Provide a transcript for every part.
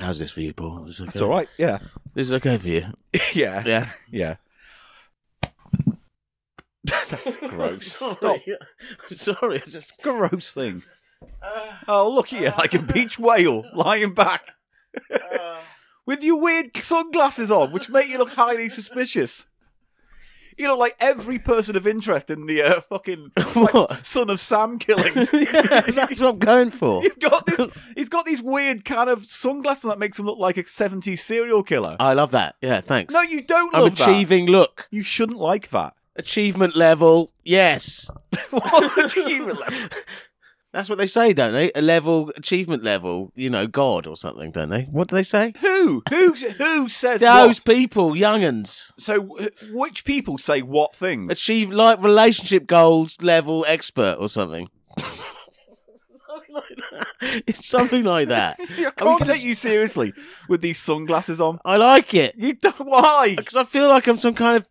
How's this for you, Paul? Is this okay? It's all right. Yeah. This is okay for you. Yeah. Yeah. Yeah. That's gross. I'm Stop. sorry. I'm sorry. I just. Gross thing. Uh, Oh, look at you, like a beach whale lying back uh, with your weird sunglasses on, which make you look highly suspicious. You look like every person of interest in the uh, fucking like, What? son of Sam killings. yeah, that's what I'm going for. You've got this. He's got these weird kind of sunglasses that makes him look like a 70s serial killer. I love that. Yeah, thanks. no, you don't I'm love that. achieving. Look, You shouldn't like that. achievement level. Yes, what achievement level? that's what they say, don't they? A level achievement level. You know, God or something, don't they? What do they say? Who? Who? Who says Those what? people, younguns, So, wh- which people say what things? achieve like relationship goals level expert or something. something like that. It's something like that. I And we can't can take s- you seriously with these sunglasses on. I like it You don't, why? because I feel like I'm some kind of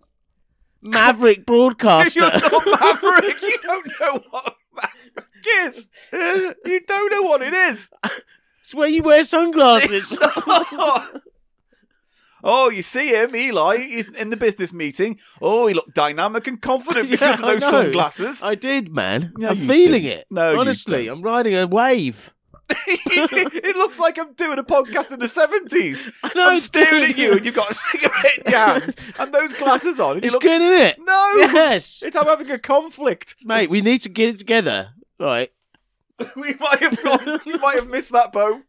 maverick broadcaster. You're not Maverick. You don't know what Maverick is. You don't know what it is. It's where you wear sunglasses. It's not. Oh, you see him, Eli. He's in the business meeting. Oh, he looked dynamic and confident Yeah, because of I those know. sunglasses. I did, man. No, I'm you feeling didn't. it. No, you honestly, didn't. I'm riding a wave. it looks like I'm doing a podcast in the seventies. I know, I'm staring dude. at you, and you've got a cigarette in your hand, and those glasses on. And you It's look, good, isn't it? No, Yes, it's I'm having a conflict. mate. We need to get it together. Right. We might have gone, we might have missed that boat.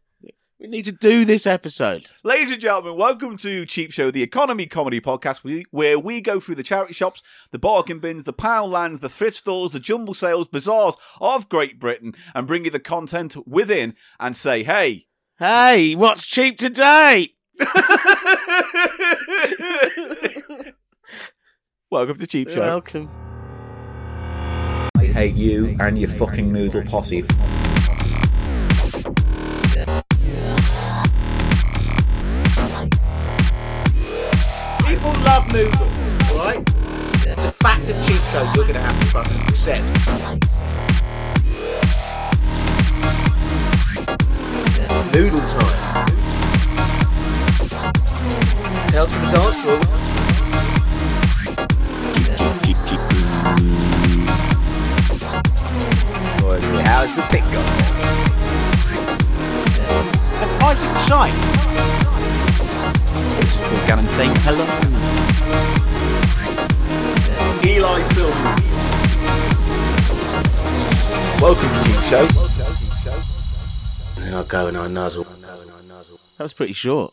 We need to do this episode. Ladies and gentlemen, welcome to Cheap Show, the economy comedy podcast, we- where we go through the charity shops, the bargain bins, the pound lands, the thrift stores, the jumble sales, bazaars of Great Britain, and bring you the content within and say, hey. Hey, what's cheap today? welcome to Cheap Show. Welcome. I hate you and your fucking noodle posse. People love noodles, right? It's a fact of cheap show you're gonna have to fucking accept. Noodle time. Tales from the dance floor. How's the pick going? The price of shite. This is Paul Gannon saying hello. Eli Silver. Welcome to Cheap Show. Then I'll go and I nuzzle. That was pretty short.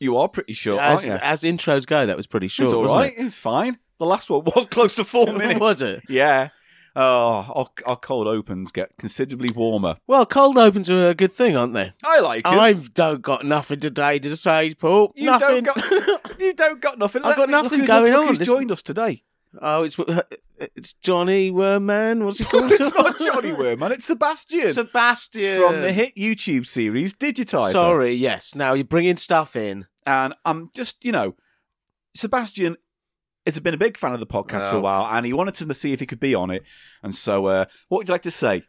You are pretty sure, As, aren't you? as intros go, that was pretty short, Oh, It's all wasn't right. It's fine. The last one was close to four minutes. it? was it? Yeah. Oh, our, our cold opens get considerably warmer. Well, cold opens are a good thing, aren't they? I like it. I've don't got nothing today to say, Paul. you nothing. Don't got, you don't got nothing. I've got me- look nothing who's- going look on. Who's Listen- joined us today? oh, it's it's Johnny Worman. What's he called? it's not Johnny Worman. It's Sebastian Sebastian from the hit YouTube series Digitizer. Sorry, yes. Now you're bringing stuff in. and I'm just you know, Sebastian has been a big fan of the podcast for a Oh. while, and he wanted to see if he could be on it. And so, uh, what would you like to say?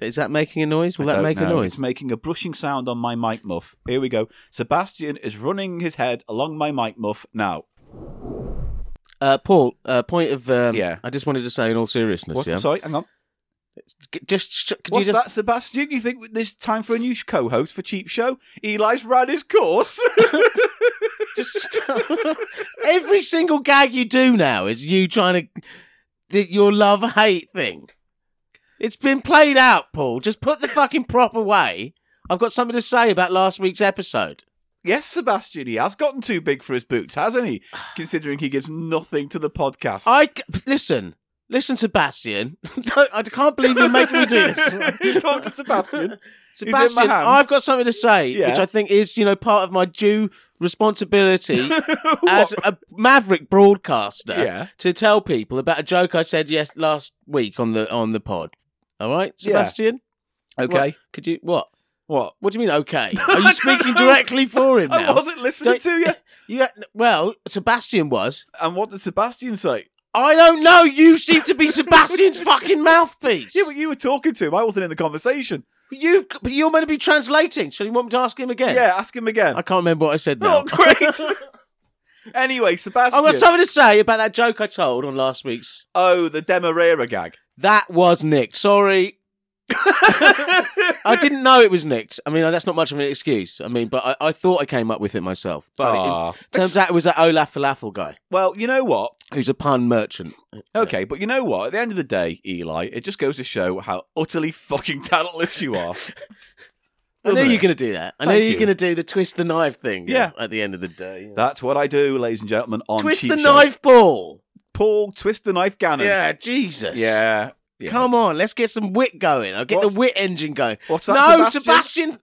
Is that making a noise? Will I that don't make a know. noise? It's making a brushing sound on my mic muff. Here we go. Sebastian is running his head along my mic muff now. Uh, Paul, uh, point of um, Yeah. I just wanted to say, in all seriousness, What? yeah. Sorry, hang on. C- just sh- could What's you just that, Sebastian? You think there's time for a new sh- co-host for Cheap Show? Eli's ran his course. just stop. every single gag you do now is you trying to the, your love hate thing. It's been played out, Paul. Just put the fucking prop away. I've got something to say about last week's episode. yes, Sebastian, he has gotten too big for his boots, hasn't he? Considering he gives nothing to the podcast. I c- listen, listen, Sebastian. Don't- I can't believe you're making me do this. Talk to Sebastian. He's in my Sebastian, hand. I've got something to say, Yeah. which I think is, you know, part of my due responsibility as a maverick broadcaster Yeah. to tell people about a joke I said yes last week on the on the pod. All right, Yeah. Sebastian. Okay. What- could you what? What? What do you mean? Okay, I are you don't speaking know. directly for him I now? wasn't listening Don't- to you. You, well, Sebastian was. And what did Sebastian say? I don't know. You seem to be Sebastian's fucking mouthpiece. Yeah, but you were talking to him. I wasn't in the conversation. You, but you're meant to be translating. So you want me to ask him again? Yeah, Oh, ask him again. I can't remember what I said now. Not great. anyway, Sebastian. I've got something to say about that joke I told on last week's. Oh, the Demerara gag. That was nicked. Sorry. I didn't know it was nicked. I mean, that's not much of an excuse. I mean, but I, I thought I came up with it myself. But Aw. it turns out it was that Olaf Falafel guy Well, you know what? who's a pun merchant. Okay, but you know what? At the end of the day, Eli, it just goes to show how utterly fucking talentless you are. I know Doesn't you're it? going to do that. I know Thank you're you. going to do the twist the knife thing. uh, Yeah. At the end of the day. yeah. That's what I do, ladies and gentlemen. On twist Cheap the Show. knife ball. Paul, twist the knife, Gannon. Yeah, Jesus. yeah. Yeah. Come on, let's get some wit going. I'll get What's- the wit engine going. What's that, No, Sebastian? Sebastian.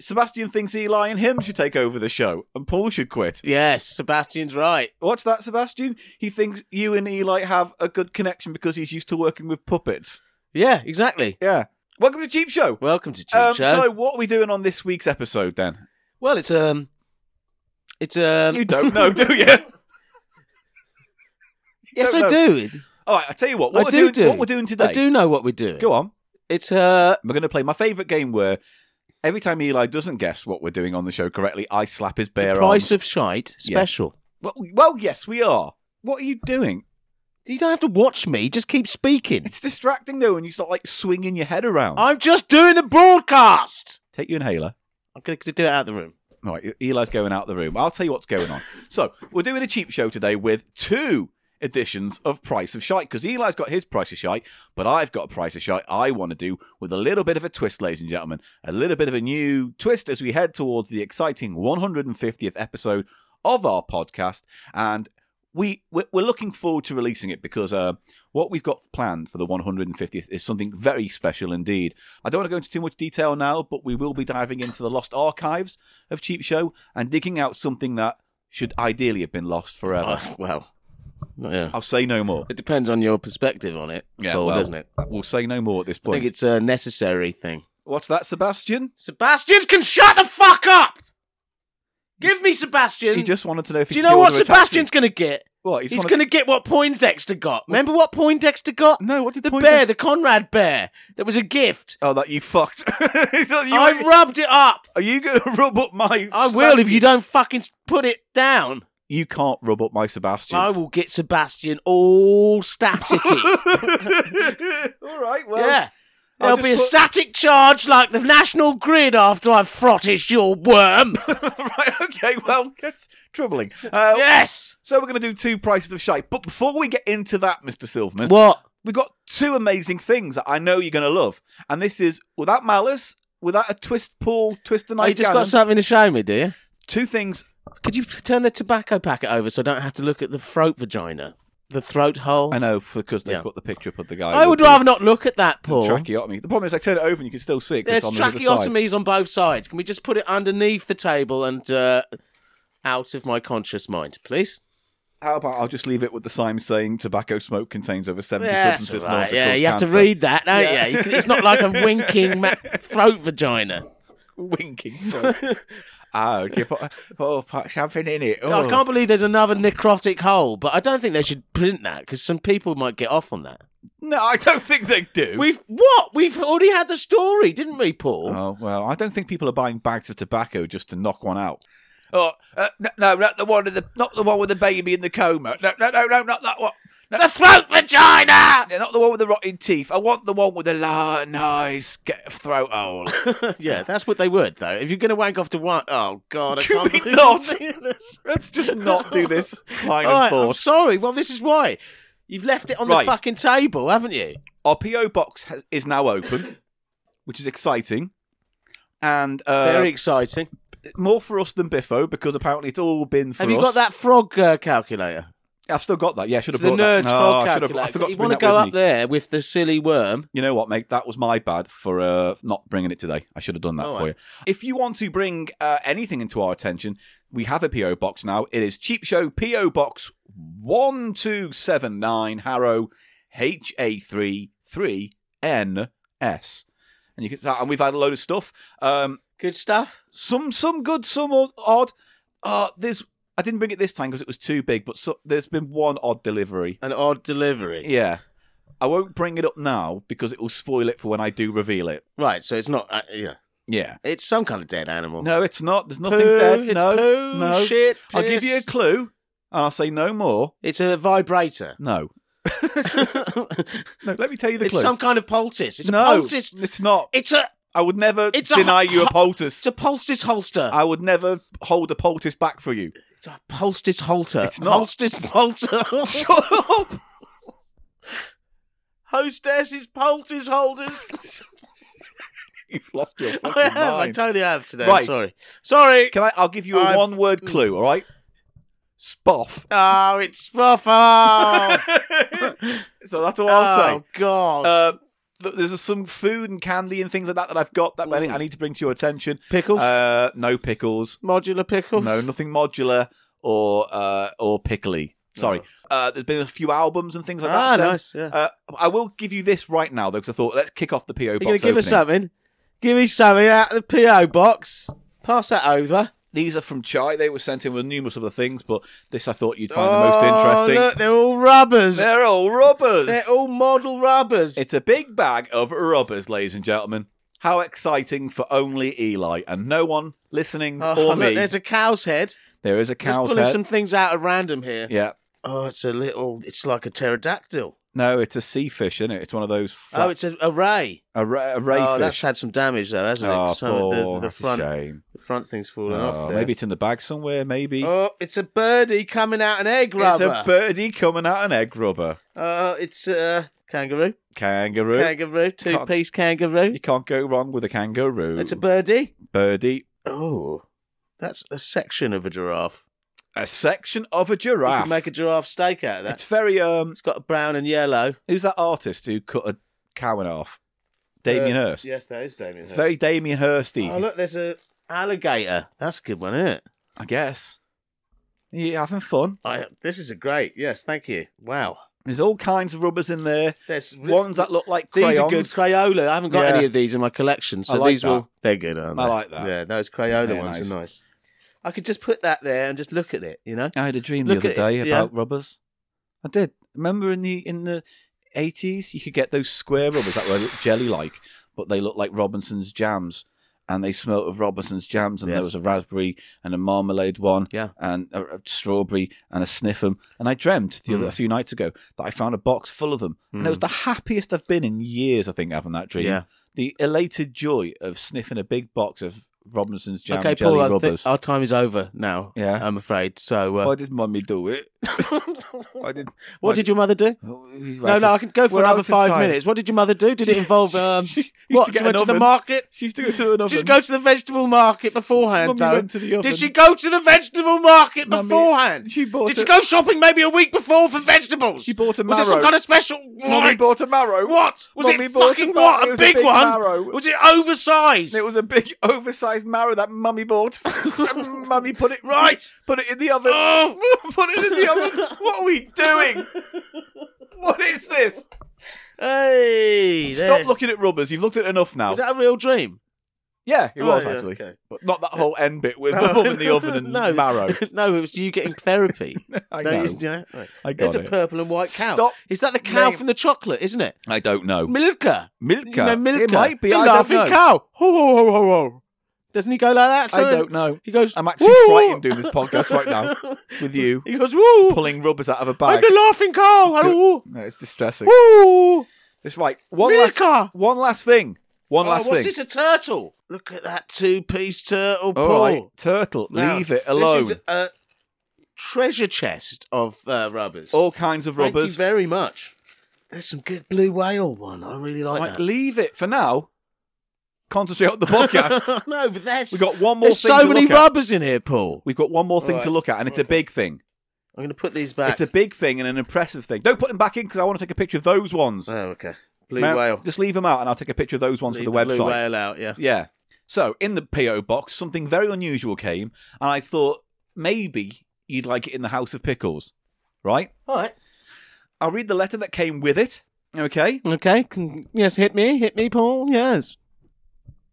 Sebastian thinks Eli and him should take over the show, and Paul should quit. Yes, Sebastian's right. What's that, Sebastian? He thinks you and Eli have a good connection because he's used to working with puppets. Yeah, exactly. Yeah. Welcome to Cheap Show. Welcome to Cheap um, Show. So, what are we doing on this week's episode then? well, it's um, it's um. You don't know, do you? yes, don't I do. All right, I tell you what. What I we're do doing, do. What we're doing today? I do know what we're doing. Go on. It's uh, We're going to play my favourite game where every time Eli doesn't guess what we're doing on the show correctly, I slap his bare the arms. price of shite special. well, well, yes, we are. What are you doing? You don't have to watch me. Just keep speaking. It's distracting though, and you start like swinging your head around. I'm just doing the broadcast. Take your inhaler. I'm going to do it out of the room. All right, Eli's going out of the room. I'll tell you what's going on. So we're doing a cheap show today with two editions of Price of Shite because Eli's got his Price of Shite, but I've got a Price of Shite I want to do with a little bit of a twist, ladies and gentlemen, a little bit of a new twist as we head towards the exciting 150th episode of our podcast, and we we're we're looking forward to releasing it because uh, what we've got planned for the 150th is something very special indeed. I don't want to go into too much detail now, but we will be diving into the lost archives of Cheap Show and digging out something that should ideally have been lost forever. Oh, well, yeah. I'll say no more. It depends on your perspective on it, Yeah, Paul, well, doesn't it? We'll say no more at this I point. think it's a necessary thing. What's that, Sebastian? Sebastian can shut the fuck up. Give me Sebastian. He just wanted to know if Do he you could know what order a taxi. Sebastian's going to get? What? He He's just going to get what Poindexter got. Remember what Poindexter got? No, what did The point bear, the Conrad bear. That was a gift. Oh, that you fucked. It's not- you- I rubbed it up. Are you going to rub up my? I will if Sebastian? you don't fucking s- put it down. You can't rub up my Sebastian. I will get Sebastian all staticky. All right. Well. yeah. I'll There'll be a just static charge like the national grid after I've frottished your worm. right. Okay. Well, that's troubling. Uh, yes. So we're going to do two prices of shite. But before we get into that, Mr. Silverman, What? we've got two amazing things that I know you're going to love. And this is without malice, without a twist, pull, twist, and Oh, I you just got something to show me, do you? two things. Could you turn the tobacco packet over so I don't have to look at the throat vagina? The throat hole? I know because they Yeah. put the picture up of the guy. I would with the- rather not look at that, the Paul. Tracheotomy. The problem is, I turn it over and you can still see it. 'cause There's it's on the other side. tracheotomies on both sides. Can we just put it underneath the table and uh, out of my conscious mind, please? How about I'll just leave it with the sign saying tobacco smoke contains over 70 Yeah, that's substances all known right. to yeah cause you have to cancer. read that, don't Yeah. you? You can- It's not like a winking ma- throat vagina. Winking. oh, you put, oh, put something in it. No, I Oh. can't believe there's another necrotic hole, but I don't think they should print that because some people might get off on that. No, I don't think they do. We've what? We've already had the story, didn't we, Paul? Oh well, I don't think people are buying bags of tobacco just to knock one out. Oh uh, no, no, not the one with the not the one with the baby in the coma. No, no, no, no, not that one. No, The throat vagina. no, not the one with the rotting teeth. I want the one with the la- nice get- throat hole. yeah, that's what they would though. If you're going to wank off to one, oh god, I Can can't we believe not? I'm doing this. Let's just not do this line All of right, I'm thought. sorry. Well, this is why you've left it on Right. the fucking table, haven't you? Our PO box has, is now open, which is exciting, and uh, Very exciting. more for us than Biffo because apparently it's all been for Have you us. got that frog uh, calculator? I've still got that. Yeah, I should It's have the brought nerd's that. No, frog I, should have, calculator. I forgot to you bring want to that go with up me. there with the silly worm? You know what, mate? That was my bad for uh, not bringing it today. I should have done that All for right. you. If you want to bring uh, anything into our attention, we have a PO box now. It is Cheap Show PO Box one two seven nine Harrow H A three three N S. And you can and we've had a load of stuff. Um, Good stuff. some some good, some odd- odd. Uh, there's I didn't bring it this time because it was too big, but so, there's been one odd delivery. An odd delivery. Yeah. I won't bring it up now because it will spoil it for when I do reveal it. Right, so it's not. Uh, yeah, Yeah. it's some kind of dead animal. No, it's not. There's nothing Poo, dead. It's no, poo, no. shit. I'll give you a piss. clue, and I'll say no more. It's a vibrator. No, it's no. Let me tell you the clue. some kind of poultice. It's no, a poultice. it's not. It's a I would never It's a deny ho- you a ho- poultice. it's a poultice holster. I would never hold a poultice back for you. it's a poultice halter. It's not. Poultice halter. Shut up. Hostess is poultice holders. You've lost your I fucking have. I mind. totally have today. Right. I'm sorry. Sorry. Can I? I'll give you a I've- Mm. one-word clue. All right. Spoff. Oh, it's Spoffo. so that's all I'll say. oh, God. Uh, th- there's some food and candy and things like that that I've got that I need- Ooh. I need to bring to your attention. pickles? Uh, no pickles. Modular pickles? No, nothing modular or uh, or pickly. Sorry. No. Uh, there's been a few albums and things like Ah, that. sent. nice. Yeah. Uh, I will give you this right now though, because I thought let's kick off the PO You're box. going to give us opening. something? Give me something out of the P.O. box. Pass that over. These are from Chai. They were sent in with numerous other things, but this I thought you'd find the most oh, interesting. look, they're all rubbers. They're all rubbers. They're all model rubbers. It's a big bag of rubbers, ladies and gentlemen. How exciting for only Eli and no one listening Oh, or look, me. there's a cow's head. There is a Just cow's pulling head. some things out at random here. Yeah. Oh, it's a little. It's like a pterodactyl. No, it's a sea fish, isn't it? It's one of those. Flat, Oh, it's a, a ray. a, ra- a ray oh, fish. that's had some damage though, hasn't it? oh, Some of poor, the, the that's a front, shame. the front thing's falling Oh, off. There. maybe it's in the bag somewhere. Maybe Oh, it's a birdie coming out an egg it's rubber. a birdie coming out an egg rubber. Oh, it's a kangaroo. Kangaroo. Kangaroo, two piece kangaroo. you can't go wrong with a kangaroo. It's a birdie. birdie. Oh, that's a section of a giraffe. A section of a You giraffe. could make a giraffe steak out of that. It's very um. it's got a brown and yellow. Who's that artist who cut a cow in half? Damien Uh, Hirst. Yes, that is Damien It's Hirst. very Damien Hirsty, Oh, look, there's a alligator. That's a good one, isn't it? I guess. You having fun? I, this is a great. Yes, thank you. Wow. There's all kinds of rubbers in there. There's Ones that look like these crayons. are good Crayola. I haven't got Yeah. any of these in my collection, so I like these will. They're good, aren't they? I like that. Yeah, those Crayola Yeah, ones nice. are nice. I could just put that there and just look at it. You know. I had a dream Look the at other day it, yeah. about rubbers. I did. Remember in the in the eighties, you could get those square rubbers that were jelly like, but they looked like Robinson's jams, and they smelt of Robinson's jams. And there Yes. was a raspberry and a marmalade one, Yeah. and a, a strawberry and a sniffum. And I dreamt the other Mm. a few nights ago that I found a box full of them, and it was the happiest I've been in years. I think having that dream, Hmm. Yeah. the elated joy of sniffing a big box of Robinson's jam okay, jelly Paul. I rubbers. think our time is over now. Yeah. I'm afraid. So, Why uh, did mummy do it? Why did what did your mother do? No, no, I can go for We're another out of five time. minutes. What did your mother do? Did it involve um, she used what? to She get went an to the oven. market. She used to go to an oven. uh, Did she go to the vegetable market beforehand? Mummy though? went to the oven. Did she go to the vegetable market Mummy- beforehand? She bought Did a, she go shopping maybe a week before for vegetables? She bought a Was it marrow. some kind of special? Mummy Right. bought a marrow. What was Mummy it? bought a Fucking mar- what? it A was a big, big one? marrow. Was it oversized? And it was a big oversized marrow that mummy bought. And mummy put it right. Put it in the oven. oh, put it in the oven. What are we doing? What is this? hey! there. Stop looking at rubbers. You've looked at enough now. Was that a real dream? Yeah, it Oh, was yeah, actually, okay. but not that whole end bit with the No. mum in the oven and No. marrow. no, it was you getting therapy. I Don't you- know. yeah, right. I got There's a it. purple and white cow. Stop. Is that the cow name- from the chocolate? Isn't it? I don't know. Milka. Milka. You know, Milka. It might be. The I don't laughing know. cow. Ho ho ho ho ho. Doesn't he go like that? I Simon? don't know. He goes. I'm actually "Woo!" frightened doing this podcast right now with you He goes. Woo! pulling rubbers out of a I'm bag. the laughing cow. Hello. No, it's distressing. Woo! It's right. One last. Milka. One last thing. One oh, last what's thing. this? A turtle? Look at that two-piece turtle. All Paul. right, turtle. Now, leave it alone. This is a treasure chest of uh, rubbers. All kinds of Thank rubbers. you very much. There's some good blue whale one. I really like Right, that. leave it for now. Concentrate on the podcast. no, but there's We've got one more there's thing so to many look at. rubbers in here, Paul. We've got one more thing to Right. look at, and it's a big thing. I'm going to put these back. It's a big thing and an impressive thing. Don't put them back in because I want to take a picture of those ones. oh, okay. Blue Ma'am, whale. Just leave them out, and I'll take a picture of those ones Leave for the website. Blue whale out. Yeah. Yeah. So in the PO box, something very unusual came, and I thought maybe you'd like it in the House of Pickles, right? All right. I'll read the letter that came with it. Okay. Okay. Can, yes. Hit me. Hit me, Paul. Yes.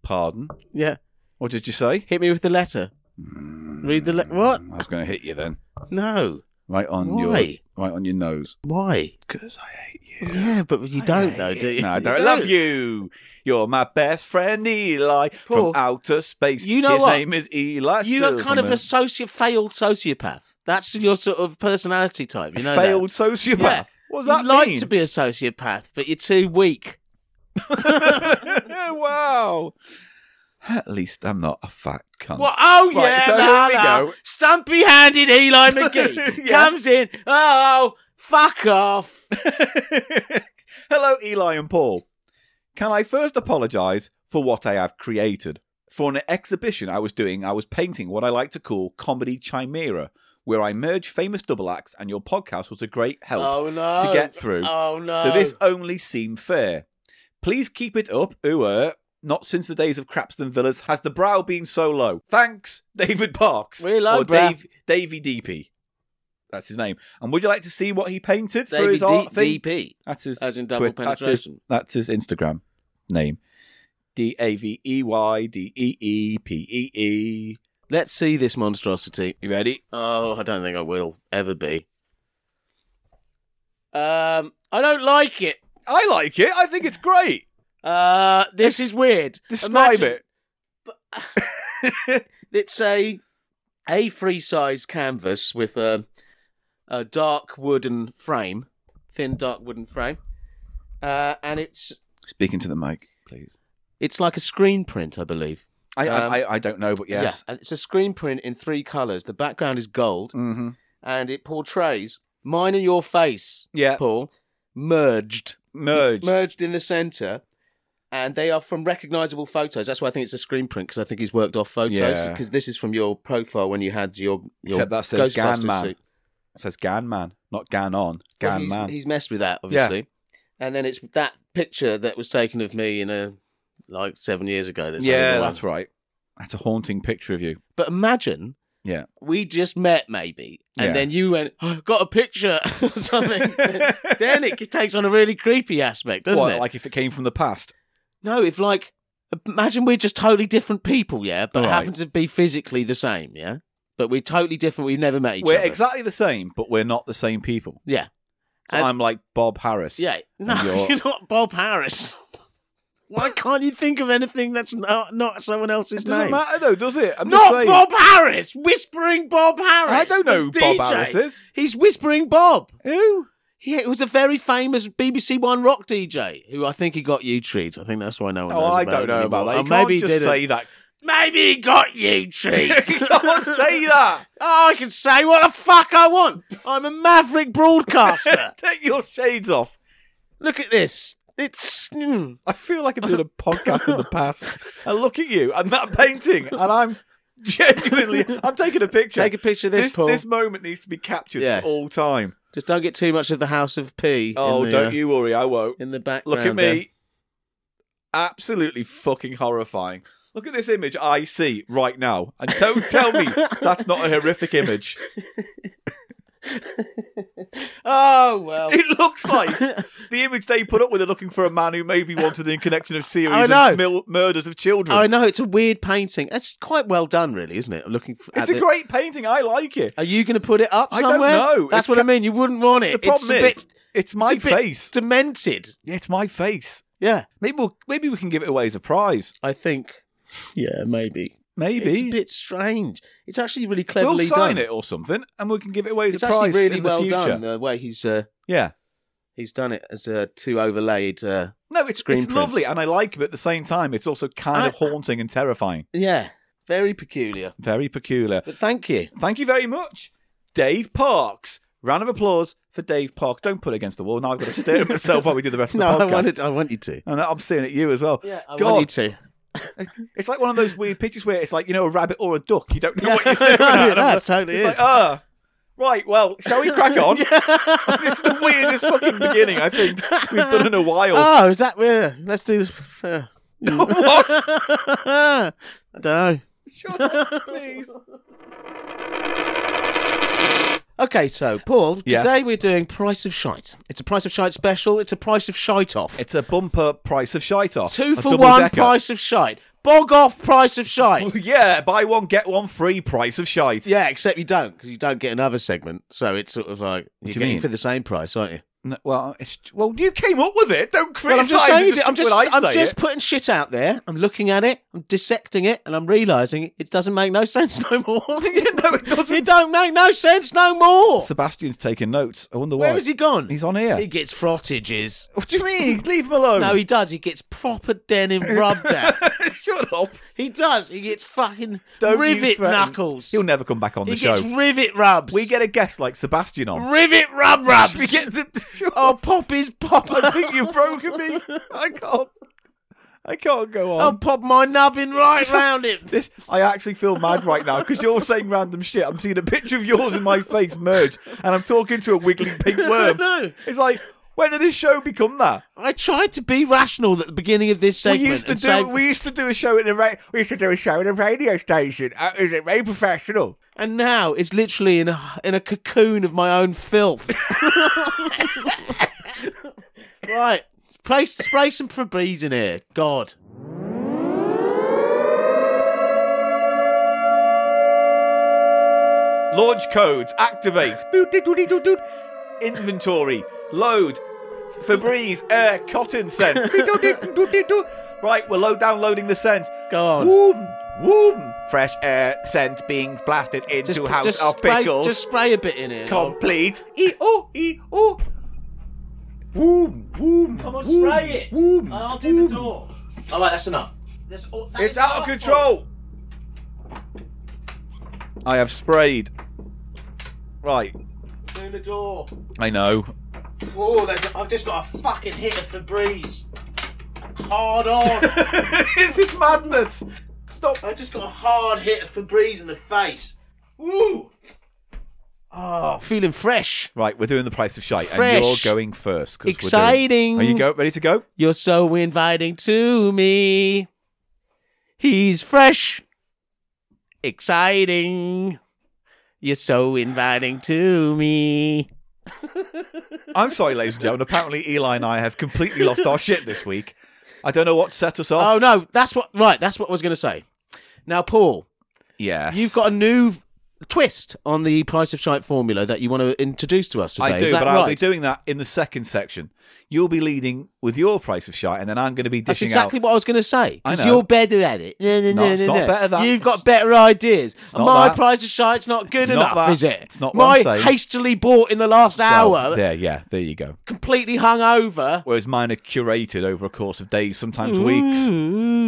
Pardon. Yeah. What did you say? Hit me with the letter. Read the le- what? I was going to hit you then. No. Right on Why? right on your nose. Why? Because I hate you. Yeah, but you don't though, do you? No, I You don't. I love you. You're my best friend, Eli Paul, from outer space. you know His what? name is Eli. You are kind of a Silverman. socio- failed sociopath. That's your sort of personality type. You know, that? failed sociopath. Yeah. What does You'd that like mean? to be a sociopath, but you're too weak. wow. At least I'm not a fat cunt. Well, oh Right, yeah, so la, here we la. go. Stumpy-handed Eli McGee Yeah. comes in. Oh, fuck off! Hello, Eli and Paul. Can I first apologise for what I have created? For an exhibition I was doing, I was painting what I like to call comedy chimera, where I merge famous double acts, and your podcast was a great help. Oh no! to get through. Oh no! So this only seemed fair. Please keep it up, ooh Not since the days of Crapston Villas has the brow been so low. Thanks, David Parks. We love or brow. Dave, Davey DP. That's his name. And would you like to see what he painted for Davey his art D- thing? DP, That's his as in double Twi- that's his- penetration. That's his Instagram name. D A V E Y D E E P E E. Let's see this monstrosity. You ready? Oh, I don't think I will ever be. Um, I don't like it. I like it. I think it's great. Uh, this is weird. Describe Imagine- it. It's a A3 size canvas with a, a dark wooden frame, thin dark wooden frame, uh, and it's Speaking to the mic, please. it's like a screen print, I believe. I, Um, I, I, I don't know, but yes. Yeah, and it's a screen print in three colours. The background is gold, Mm-hmm. and it portrays mine and your face, Yeah. Paul, merged, Merged. merged in the centre. And they are from recognisable photos. That's why I think it's a screen print because I think he's worked off photos. Yeah. Because this is from your profile when you had your, your Except that Ghostbuster says Gan Man. suit. It says Gan Man, not Gan on. Gan Well, he's, Man. he's messed with that, obviously. And then it's that picture that was taken of me in a like seven years ago. That's yeah, only the that's one. right. That's a haunting picture of you. But imagine, Yeah. we just met maybe, and Yeah. then you went, oh, got a picture or something. then it takes on a really creepy aspect, doesn't What, it? Like if it came from the past. no, if like. Imagine we're just totally different people, yeah, but Right. happen to be physically the same, yeah. But we're totally different. We've never met each We're other. exactly the same, but we're not the same people. Yeah. So And- I'm like Bob Harris. Yeah, no, you're- you're... not Bob Harris. Why can't you think of anything that's not, not someone else's It doesn't name? matter though, does it? I'm just Not saying. Bob Harris, whispering Bob Harris. I don't know who the Bob DJ. Harris is. He's whispering Bob. Who? He was a very famous BBC One rock DJ who I think he got you treed. I think that's why no one. Oh, knows I about don't him know anymore. about that. You Or can't maybe just he didn't. say that. Maybe he got you you treed. can't say that. Oh, I can say what the fuck I want. I'm a maverick broadcaster. Take your shades off. Look at this. It's. mm. I feel like I'm doing a podcast in the past. I look at you and that painting, and I'm genuinely. I'm taking a picture. Take a picture of this, Paul. this moment needs to be captured Yes. for all time. Just don't get too much of the House of P. in Oh, the, don't uh, Oh, you worry, I won't. In the background. Look at me. there. Absolutely fucking horrifying. Look at this image I see right now, and don't tell me that's not a horrific image. Oh well. It looks like the image they put up with are looking for a man who may be wanted in connection of I series know. of mil- murders of children. I know it's a weird painting. It's quite well done, really, isn't it? I'm looking. For, it's at a the- great painting. I like it. Are you going to put it up I don't somewhere? know. That's It's what I ca- mean. You wouldn't want it. The problem it's a is, bit, it's my it's a bit face. demented. Yeah, it's my face. Yeah, Maybe we'll, maybe we can give it away as a prize. I think. Yeah, maybe. Maybe It's a bit strange. It's actually really we'll cleverly sign done. it or something, and we can give it away as It's a prize actually really in the well future. done. The way he's uh, Yeah. he's done it as uh, two overlaid. Uh, No, it's Screen it's prints. lovely, and I like it. But at the same time, it's also kind I- of haunting and terrifying. yeah, very peculiar. Very peculiar. But thank you. Thank you very much, Dave Parks. Round of applause for Dave Parks. Don't put it against the wall. Now I've got to stare at myself while we do the rest of the No, I podcast. wanted. I want you to. And I'm staring at you as well. Yeah, I God. want you to. It's like one of those weird pictures where it's like you know a rabbit or a duck. You don't know what Yeah, you're staring at. And I'm that's totally It's is. like, ah, right. Well, "Oh, shall we crack on? this is the weirdest fucking beginning I think we've done in a while. oh, is that where? Let's do this. Uh, what? I don't know. Shut up, please. Okay, so Paul, Yes. today we're doing Price of Shite. It's a Price of Shite special. It's a Price of Shite off. It's a bumper price of shite off. two A for double one decker. Price of Shite. bog off price of shite. yeah, buy one get one free. Price of shite. Yeah, except you don't because you don't get another segment. So it's sort of like you're do you getting mean? for the same price, aren't you? No, well, it's, well, you came up with it. Don't Well, I'm criticize. just saying. I'm just. when I I'm say just it. putting shit out there. I'm looking at it. I'm dissecting it, and I'm realizing it doesn't make no sense no more. Yeah, no, it doesn't. it don't make no sense no more. Sebastian's taking notes. I wonder why. Where has he gone? He's on here. He gets frottages. What do you mean? Leave him alone. No, he does. He gets proper denim rubbed out. Shut up. He does. He gets fucking Don't you rivet threaten. knuckles. He'll never come back on the he show. gets rivet rubs. we get a guest like Sebastian on. rivet rub rubs. We get to- Oh, pop is pop. I think you've broken me. I can't. I can't go I'll on. pop my nubbin right round it. This I actually feel mad right now because you're saying random shit. I'm seeing a picture of yours in my face merge, and I'm talking to a wiggling pink worm. No. It's like when did this show become that? I tried to be rational at the beginning of this segment. we used to do and say- we used to do a show in a ra- we used to do a show in a radio station. Uh, It was very professional. and now it's literally in a in a cocoon of my own filth. right, spray spray some Febreze in here. God, Launch codes activate. Boot, doot, doot, doot, doot. Inventory load. Febreze air cotton scent. Doot, doot, doot, doot, doot, doot. right, we're low downloading the scent. go on. Woom, woom. Fresh air scent being blasted into just, house just of spray, pickles. just spray a bit in here. complete. E o e o. Woom, woom. Come on, woom, spray it. Woom, I'll do woom. the door. All right, that's enough. That's all, that It's is out of awful. control. I have sprayed. Right, Do the door. I know. Oh, that's, I've just got a fucking hit of Febreze. Hard on. this is madness. Stop. I just got a hard hit of Febreze in the face. Woo! Oh, feeling fresh. Right, we're doing the price of shite, and Fresh. you're going first. 'cause we're doing- Exciting. Are you go ready to go? You're so inviting to me. He's fresh. Exciting. You're so inviting to me. I'm sorry, ladies and gentlemen. Apparently, Eli and I have completely lost our shit this week. I don't know what set us off. Oh no, that's what right, that's what I was gonna say. Now, Paul, yeah, you've got a new twist on the price of shite formula that you want to introduce to us today. I do, Is but that I'll right? be doing that in the second section. You'll be leading with your price of shite, and then I'm going to be That's dishing exactly what I was going to say. I Because know. you're better at it. No, no, No, no, it's no, not no. better that. You've got better ideas. And not my that. price of shite's not good not enough, that. is it? It's not what my I'm saying. hastily bought in the last out. hour, Well, there, yeah, there you go. completely hung over. whereas mine are curated over a course of days, sometimes weeks.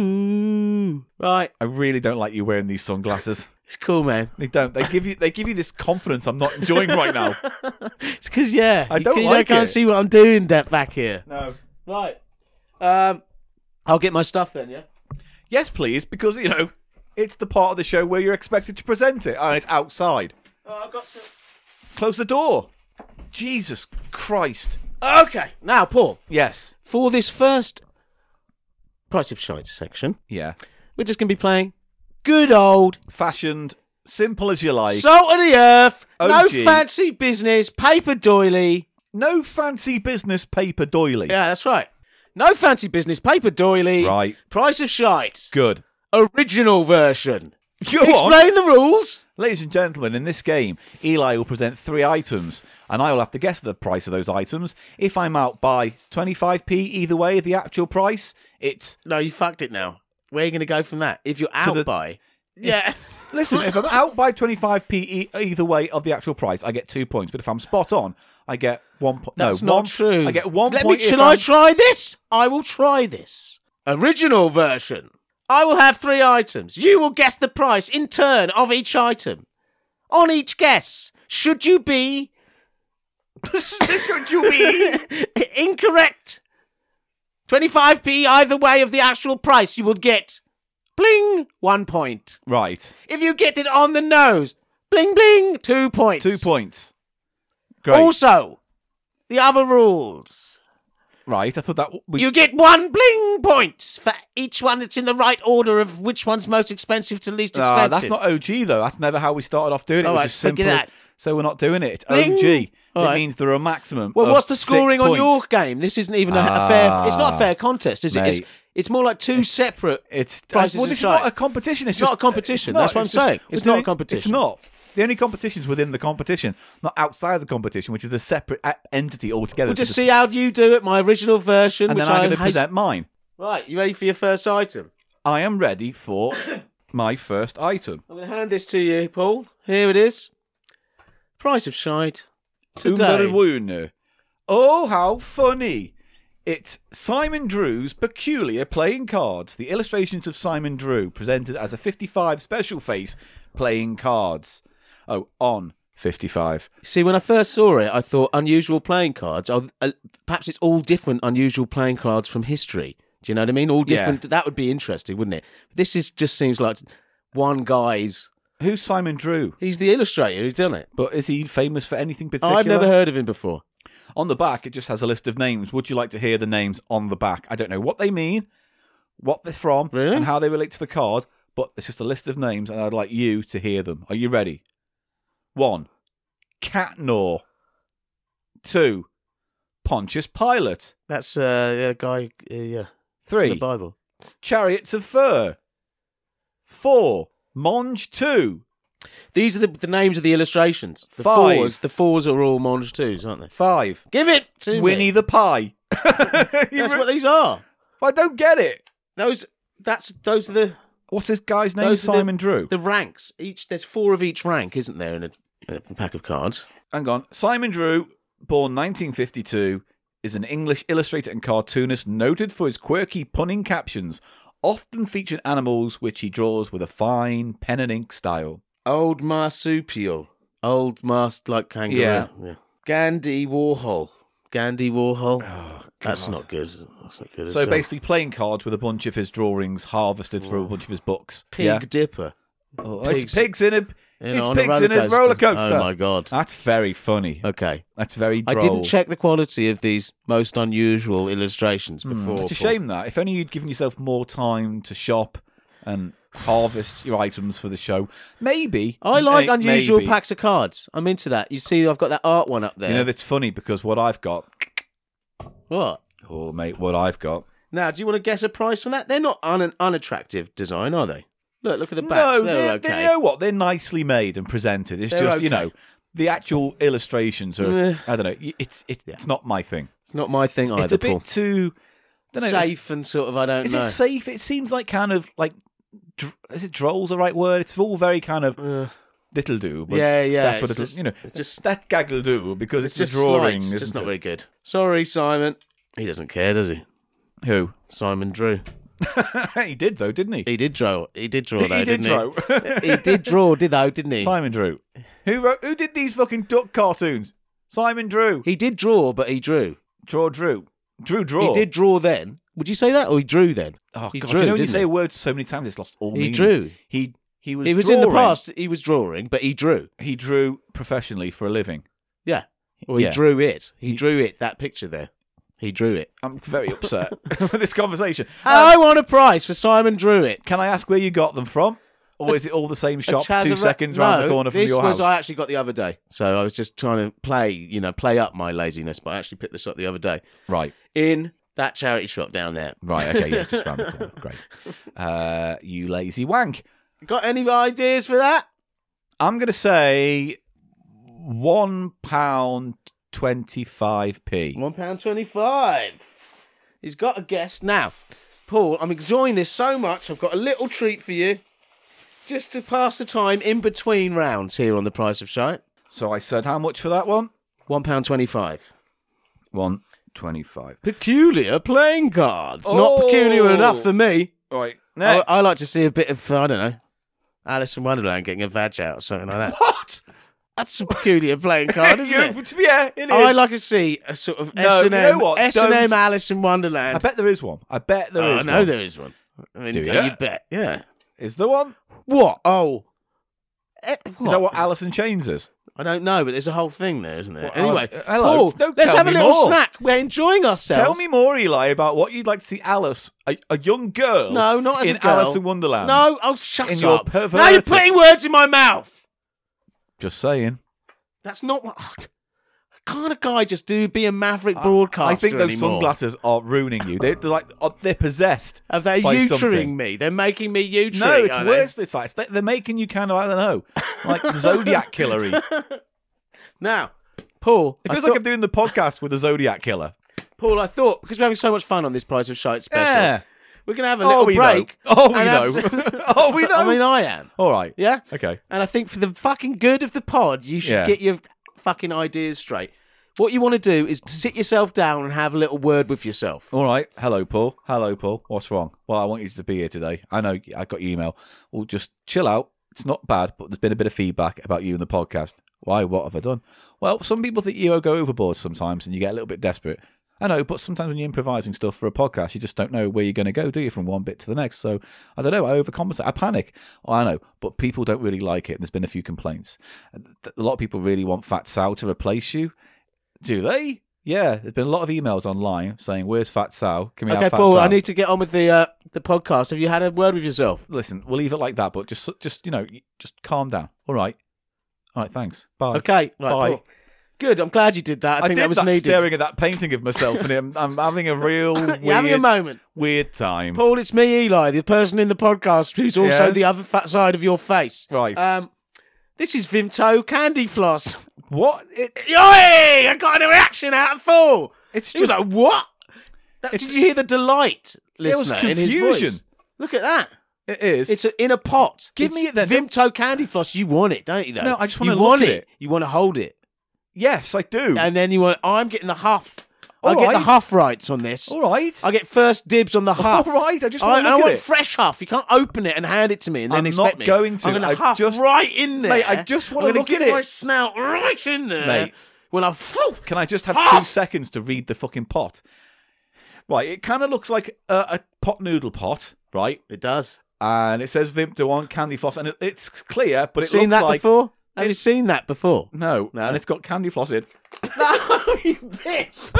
Ooh. Right, I really don't like you wearing these sunglasses. it's cool, man. They don't. They give you. They give you this confidence I'm not enjoying right now. It's because yeah, I you don't can- you like can't it. see what I'm doing that back here. No. Right, um, I'll get my stuff then. Yeah. Yes, please, because you know it's the part of the show where you're expected to present it, and it's outside. Oh, I've got some. Close the door. Jesus Christ. Okay, now, Paul, Yes. for this first price of shite section, Yeah. we're just going to be playing good old Fashioned, simple as you like. Salt of the earth, no OG. fancy business, paper doily. no fancy business paper doily. Yeah, that's right. No fancy business, paper doily. Right. Price of shite, Good. original version. Go on. Explain the rules. Ladies and gentlemen, in this game, Eli will present three items, and I will have to guess the price of those items. If I'm out by 25p either way, the actual price, it's. No, you fucked it now. Where are you going to go from that? If you're out the- by. Yeah. Listen, if I'm out by 25p e- either way of the actual price, I get two points, but if I'm spot on, I get one point. That's no, not one- true. I get one Let point. Me, if shall I I'm- try this? I will try this. Original version. I will have three items. You will guess the price in turn of each item. On each guess, should you be Should you be? incorrect, 25p either way of the actual price, you will get bling one point. right. If you get it on the nose, bling bling two points. Two points. Great. Also, the other rules. right. I thought that. w- We, You get one bling point for each one that's in the right order of which one's most expensive to least Ah, expensive. that's not OG though. That's never how we started off doing it. All it was right, just look at simple. as- that. So we're not doing it. It's Bling. OG. All it right. means there are a maximum. well, of what's the six scoring on your points. Ah, game? This isn't even a, a fair. It's not a fair contest, is it? It's, mate. It's more like two separate. It's Prices well, is this right. is not a competition. It's, It's not just- a competition, it's not, that's what I'm it's just saying. It's not a within- It's competition. not. The only competition's within the competition, not outside the competition, which is a separate a- entity altogether. We'll just It's see how you do it. My original version, a- and which then I'm I going to hate- present mine. Right, you ready for your first item? I am ready for my first item. I'm going to hand this to you, Paul. Here it is. Price of shite. Today. Umberwoonu. Oh, how funny! It's Simon Drew's peculiar playing cards. The illustrations of Simon Drew presented as a 55 special face playing cards. Oh, on 55. See, when I first saw it, I thought unusual playing cards. Are, uh, perhaps it's all different unusual playing cards from history. Do you know what I mean? All Yeah. different. That would be interesting, wouldn't it? This is just seems like one guy's. Who's Simon Drew? He's the illustrator who's done it. But is he famous for anything Oh, particular? I've never heard of him before. On the back, it just has a list of names. Would you like to hear the names on the back? I don't know what they mean, what they're from, Really? and how they relate to the card, but it's just a list of names, and I'd like you to hear them. Are you ready? One, Catnor. Two, Pontius Pilate. That's uh, yeah, guy. Uh, yeah, the Three, Bible. Chariots of Fur. Four, Monge Two. These are the, the names of the illustrations. The Five. fours. The fours are all Monge twos, aren't they? Five, Give it to Winnie me. the Pie. You That's re- what these are. I don't get it. Those. That's those are the What's this guy's name? Those are the- Simon Drew. the ranks. Each there's four of each rank, isn't there? In a, a pack of cards. Hang on. Simon Drew, born 1952, is an English illustrator and cartoonist noted for his quirky punning captions, often featuring animals which he draws with a fine pen and ink style. Old marsupial. Old mas like kangaroo. Yeah. Gandhi Warhol. Gandhi Warhol. That's not good. That's not good. Oh, So at all. basically, playing cards with a bunch of his drawings harvested from a bunch of his books. Pig Yeah. Dipper. Oh, pigs. It's pigs in a. You it's know, on a pigs in a roller coaster. Oh my god. That's very funny. Okay. That's very. I Droll. didn't check the quality of these most unusual illustrations before. Hmm. It's a Paul. shame that. If only you'd given yourself more time to shop and harvest your items for the show. Maybe. I like May- unusual maybe. packs of cards. I'm into that. You see, I've got that art one up there. You know, that's funny because what I've got, what? oh mate, what I've got. Now, do you want to guess a price from that? They're not un- unattractive design, are they? Look, look at the backs. they're, they're- okay. they- you know what? They're nicely made and presented. It's They're just you okay. know the actual illustrations Eh. are. I don't know. y- It's it's it's not my thing. It's not my thing it's either, a bit Paul. too. I don't know, is- Safe and sort of, I don't Is know. it safe? It seems like kind of like. dr- Is it droll's the right word? It's all very kind of Uh, little do. But yeah, yeah. That's what it's it'll, just- you know. it's just that gag'll do because it's it's, just a drawing. slight. isn't It's just not it? very good. Sorry, Simon. He doesn't care, does he? Who? Simon drew. he did though, didn't he? He did draw. He did draw. He though, did not draw. He? he did draw. Did though, didn't he? Simon Drew. Who wrote? Who did these fucking duck cartoons? Simon Drew. He did draw, but he drew. Draw Drew. Drew draw. He did draw then. Would you say that, or he drew then? Oh he god! drew, you know when you didn't say he? a word so many times, it's lost all He meaning. drew. He he was. He was in the drawing. past. He was drawing, but he drew. He drew professionally for a living. Yeah. Or he Yeah. drew it. He drew it. That picture there. He drew it. I'm very upset with this conversation. I want a price for Simon Drew it. Can I ask where you got them from, or is it all the same shop A Chaz two of- seconds no, round the corner from this your was house? I actually got the other day. So I was just trying to play, you know, play up my laziness, but I actually picked this up the other day Right. in that charity shop down there. Right, okay, yeah, just round the corner. Great. Uh, you lazy wank. Got any ideas for that? I'm going to say one pound twenty-five p. One pound twenty-five. He's got a guest now. Paul, I'm enjoying this so much. I've got a little treat for you, just to pass the time in between rounds here on the Price of Shite. So I said, how much for that one? One pound twenty-five. One twenty-five. Peculiar playing cards. Not Oh. peculiar enough for me. I, Right. Next. I like to see a bit of I don't know, Alice in Wonderland getting a vag out or something like that. what? That's a peculiar playing card, You- isn't it? to be- yeah, it is. I like to see a sort of No, you S and know M, what? S and M Don't- Alice in Wonderland. I bet there is one. I bet there is. oh, I know one. there is one. I mean, Do don't ya? you bet? Yeah. is there one. What? Oh. Eh, Is that what Alice in Chains is? I don't know, but there's a whole thing there, isn't there? What, anyway, Alice- uh, hello, Paul, don't let's tell have a me little more. snack. We're enjoying ourselves. Tell me more, Eli, about what you'd like to see Alice, a, a young girl. No, not as in a girl. Alice in Wonderland. No, oh, shut In your up. Now you're perverted- putting words in my mouth. Just saying. That's not what. can't a guy just do be a maverick I- broadcaster I think those anymore? sunglasses are ruining you. They're, they're like uh, they're possessed. Are they by neutering something. me? They're making me neutering. No, it's are they? worse. It's like it's- they're making you kind of I don't know, like Zodiac killery. It Now, Paul, I feels thought- like I'm doing the podcast with a Zodiac killer. Paul, I thought because we're having so much fun on this Price of Shite special, Yeah. we're gonna have a Are little we break. though? Are we and though? Are we though? I mean, I am. All right. Yeah. Okay. And I think for the fucking good of the pod, you should Yeah. get your fucking ideas straight. What you want to do is to sit yourself down and have a little word with yourself. All right. Hello, Paul. Hello, Paul. What's wrong? Well, I want you to be here today. I know I got your email. Well, just chill out. It's not bad, but there's been a bit of feedback about you and the podcast. Why? What have I done? Well, some people think you go overboard sometimes and you get a little bit desperate. I know, but sometimes when you're improvising stuff for a podcast, you just don't know where you're going to go, do you, from one bit to the next? So I don't know. I overcompensate. I panic. Oh, I know, but people don't really like it. And there's been a few complaints. A lot of people really want Fat Sal to replace you. Do they? Yeah, there's been a lot of emails online saying, "Where's Fat Sal? Can we okay, have Fat Paul, Sal?" I need to get on with the uh, the podcast. Have you had a word with yourself? Listen, we'll leave it like that, but just, just you know, just calm down. All right, all right. Thanks. Bye. Okay, right. Bye. Paul. Good. I'm glad you did that. I, I, think did that was that needed. staring at that painting of myself, and I'm, I'm having a real weird, You're having a moment. weird time. Paul, it's me, Eli, the person in the podcast who's also Yes. the other fat side of your face. Right. Um, this is Vimto Candy Floss. What? It's Yoy! I got a reaction out of Paul. it's He was just like, "What? That, did It's- you hear the delight, There was listener?" in his voice? confusion. Look at that. it is. It's a, in a pot. Give It's me it then. Vimto candy floss. You want it, don't you? Though No, I just wanna You look want at it. You want to hold it, yes, I do. and then you want. I'm getting the huff. I All get the right. huff rights on this. all right. I get first dibs on the all huff. right. I just I, want and to I look want at it. fresh huff. You can't open it and hand it to me and then I'm expect not me. going to. I'm going I to huff just- right in there. Mate, I just wanna I'm gonna look at get my it. snout right in there. Mate. When I floop. Can I just have Half. two seconds to read the fucking pot? Right, it kind of looks like a, a pot noodle pot, right? It does. And it says Vimto on candy floss, and it, it's clear, but it seen looks that like before? Have you seen that before? no, No. and it's got candy floss in. No, you bitch!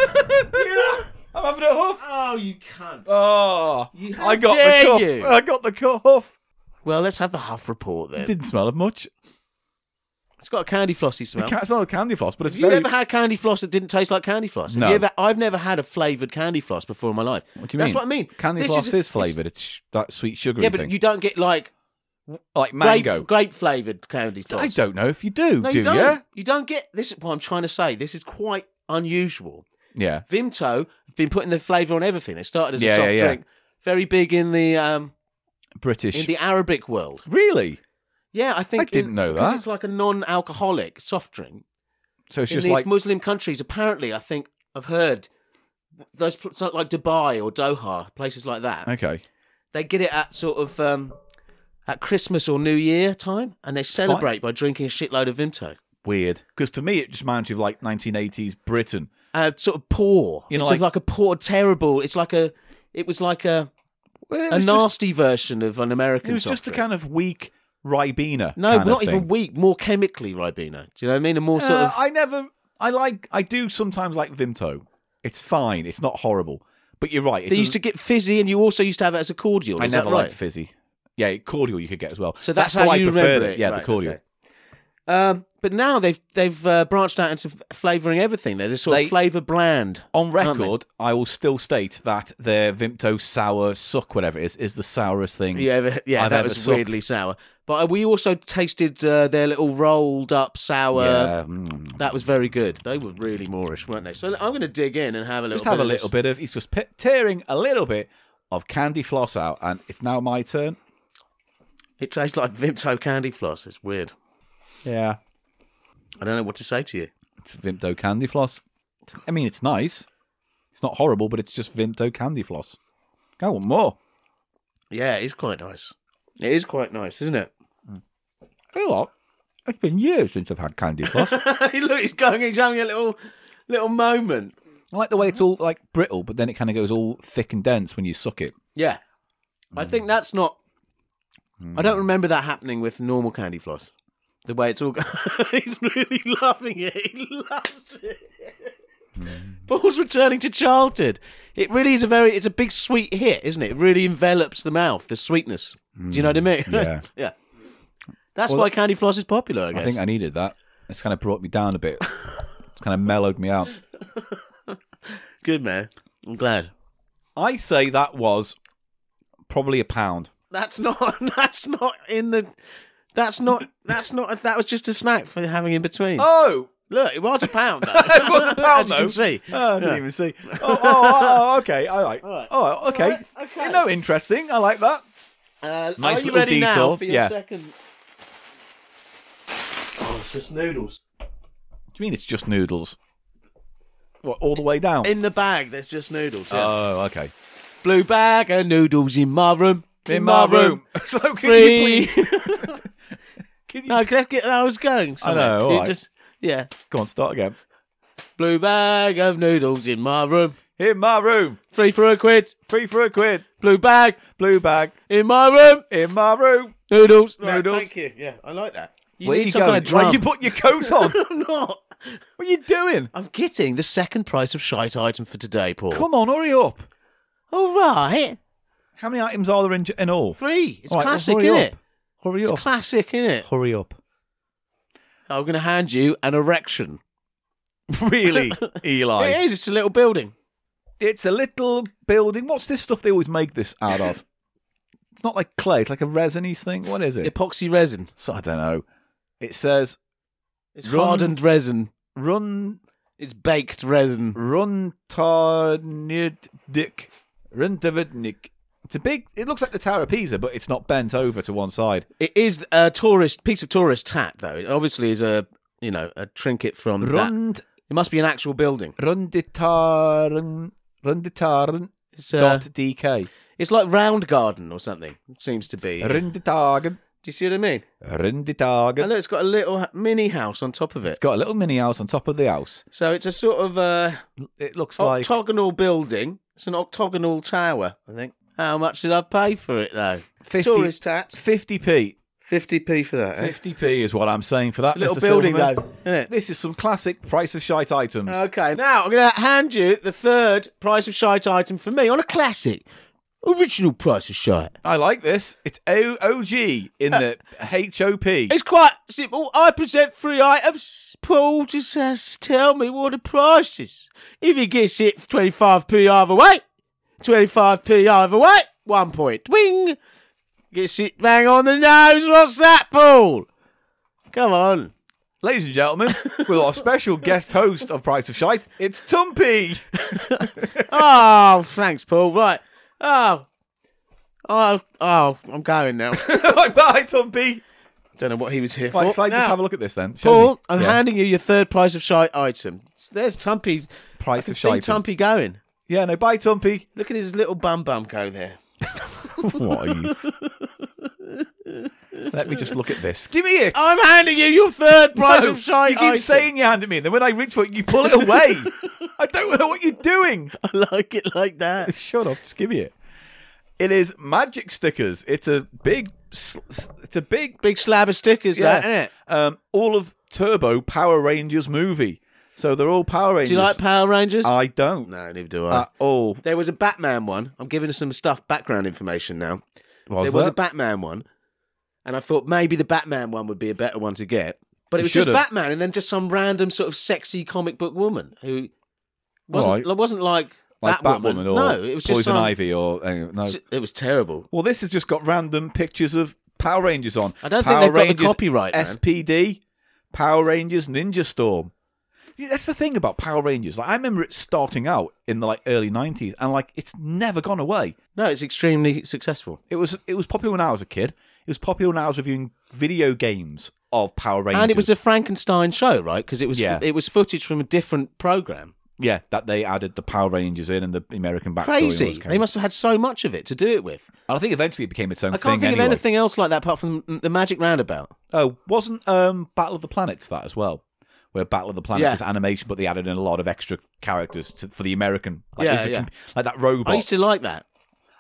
I'm having a huff. Oh, you cunt! Oh, You- how I got dare the cuff. you. I got the cu- huff. Well, let's have the Huff report then. It didn't smell of much. It's got a candy flossy smell. It can't smell of candy floss, but it's Have you very. ever had candy floss that didn't taste like candy floss? Have No. you ever- I've never had a flavored candy floss before in my life. what do you That's mean? what I mean. Candy This floss is- is, flavored. It's, sh that sweet sugary Yeah, but thing, you don't get like like grape, mango. grape flavored candy floss. I don't know if you do. No, do you don't. ya? You don't get this. Is what I'm trying to say. This is quite unusual. Yeah. Vimto have been putting the flavour on everything. They started as a Yeah, soft yeah, yeah. drink, very big in the um, British. in the Arabic world. Really? Yeah, I think I didn't in- know because that. It's like a non-alcoholic soft drink. So it's in just these like Muslim countries, apparently, I think I've heard those pl- so- like Dubai or Doha, places like that. okay. They get it at sort of um, at Christmas or New Year time, and they celebrate by drinking a shitload of Vimto. Weird, because to me it just reminds you of like 1980s Britain. Uh, sort of poor. You know, it's like- like, a poor, terrible. It's like a. It was like a, Well, it a was just, nasty version of an American. it was soft just a drink. kind of weak Ribena. No, kind of not even thing. weak. More chemically, Ribena. Do you know what I mean? A more sort Uh, of. I never. I like. I do sometimes like Vimto. It's fine. It's not horrible. But you're right. It They used to doesn't- get fizzy, and you also used to have it as a cordial. I is never that right? liked fizzy. Yeah, cordial you could get as well. So that's, how, how I you preferred remember it. it. Yeah, Right, the cordial. okay. Um, but now they've they've uh, branched out into flavouring everything. They're this sort They- of flavour brand. On Aren't they? record, I will still state that their Vimto sour suck, whatever it is, is the sourest thing. You ever, yeah, I've that ever was sucked. weirdly sour. But uh, we also tasted uh, their little rolled up sour. Yeah, mm. That was very good. They were really Moorish, weren't they? So I'm going to dig in and have a little. just have bit a of little this. bit of. He's just pe- tearing a little bit of candy floss out, and it's now my turn. It tastes like Vimto candy floss. It's weird. Yeah, I don't know what to say to you. it's Vimto candy floss. It's- I mean, it's nice. It's not horrible, but it's just Vimto candy floss. I want more. Yeah, it's quite nice. It is quite nice, isn't it? You know what? It's been years since I've had candy floss. I Look, he's going. He's having a little little moment. like the way it's all like brittle, but then it kind of goes all thick and dense when you suck it. Yeah. I think that's not. I don't remember that happening with normal candy floss. The way it's all. He's really loving it. He loves it. Paul's returning to childhood. It really is a very. It's a big sweet hit, isn't it? It really envelops the mouth, the sweetness. Do you know what I mean? yeah. yeah. That's Well, why candy floss is popular, I guess. I think I needed that. It's kind of brought me down a bit. It's kind of mellowed me out. Good man. I'm glad. I say that was probably a pound. That's not. That's not in the. That's not. That's not. That was just a snack for having in between. Oh, Look, it was a pound. Though. It was a pound, As you though. can see. Oh, I didn't Yeah. even see. Oh, oh, oh, oh, okay. All right. All All right. right. okay. You know, interesting. I like that. Uh, Nice are you little ready now detour, for your yeah. second? Oh, it's just noodles. Do you mean it's just noodles? What, all the way down? In the bag, there's just noodles. Yeah. Oh, okay. Uh, Blue bag and noodles in my room. In my room. so can you Free. please? Can you, no, let's get. I was going. somewhere. know, all You right. just- yeah. Go on, start again. Blue bag of noodles in my room. In my room. Three for a quid. Free for a quid. Blue bag Blue bag. in my room. In my room. Noodles. Noodles. thank you. Yeah, I like that. You Where need you some going? kind of drum. Why you put your coat on? what I'm not. are you doing? I'm getting the second price of shite item for today, Paul. Come on, hurry up. All right. How many items are there in, in all? Three. It's All right, well, classic, hurry isn't up. it? Hurry It's up. classic, isn't it? hurry up. I'm going to hand you an erection. Really, Eli? It is. It's a little building. It's a little building. What's this stuff they always make this out of? It's not like clay. It's like a resiny thing. What is it? Epoxy resin. So I don't know. It says It's Run- hardened resin. run It's baked resin. run tarnidnik rundavidnik. It's a big. It looks like the Tower of Pisa, but it's not bent over to one side. It is a tourist piece of tourist hat, though. It obviously is a you know a trinket from that. Rund It must be an actual building. runditarn runditarn It's uh, dot dk it's like round garden or something. It seems to be. Do runditargen you see what I mean? And runditargen. look, it's got a little ha- mini house on top of it. It's got a little mini house on top of the house. So it's a sort of uh, It looks like octagonal building. It's an octagonal tower, I think. How much did I pay for it though? 50 Tourist hat. 50p. Fifty p for that. Eh? 50p is what I'm saying for that. Little Mr. building Silverman. though, Uh, isn't it? This is some classic price of shite items. Okay, now I'm going to hand you the third price of shite item for me on a classic. Original price of shite. I like this. It's O O G in the HOP. It's quite simple. I present three items. Paul just has to tell me what the price is. If he gets it for 25p either way, 25p either way, one point. Wing! Gets it bang on the nose. What's that, Paul? Come on. Ladies and gentlemen, with our special guest host of Price of Shite, it's Tumpy. Oh, thanks, Paul. Right. Oh. Oh, oh, I'm going now. Bye bye, Tumpy. Don't know what he was here for. Right, so I just Now, have a look at this then. Show me. Paul, I'm yeah. handing you your third price of shite item. There's Tumpy's. I Price can of see Shite. Tumpy going. yeah, no, bye, Tumpy. Look at his little bum bum going there. what are you? Let me just look at this. Give me it. I'm handing you your third prize No, Oh, of shite. you keep item. saying you hand it me, and then when I reach for it, you pull it away. I don't know what you're doing. I like it like that. Shut up, just give me it. It is magic stickers. It's a big, sl- s- it's a big, Big slab of stickers, yeah. that isn't it? Um, all of Turbo Power Rangers movie. So they're all Power Rangers. Do you like Power Rangers? I don't no, neither do I. at all. Uh, there was a Batman one. I'm giving some stuff background information now. Was there was a Batman one, and I thought maybe the Batman one would be a better one to get. But it You was just should've. Batman, and then just some random sort of sexy comic book woman who wasn't Right. wasn't like, like Batwoman. Batwoman or no, it was Poison just some, Ivy or uh, no. It was terrible. Well, this has just got random pictures of Power Rangers on. I don't Power think they've got Rangers the copyright. man. SPD, Power Rangers, Ninja Storm. Yeah, That's the thing about Power Rangers. Like I remember it starting out in the like early nineties, and like it's never gone away. No, it's extremely successful. It was it was popular when I was a kid. It was popular when I was reviewing video games of Power Rangers, And it was a Frankenstein show, right? Because it was Yeah. it was footage from a different program. yeah that they added the Power Rangers in and the American backstory. and all Crazy! this kind They of- must have had so much of it to do it with. And I think eventually it became its own I can't thing. think anyway. of anything else like that apart from the Magic Roundabout. Oh, wasn't um, Battle of the Planets that as well? Where Battle of the Planets Yeah. is animation, but they added in a lot of extra characters to, for the American, like, Yeah, it's a yeah. com- like that robot. I used to like that.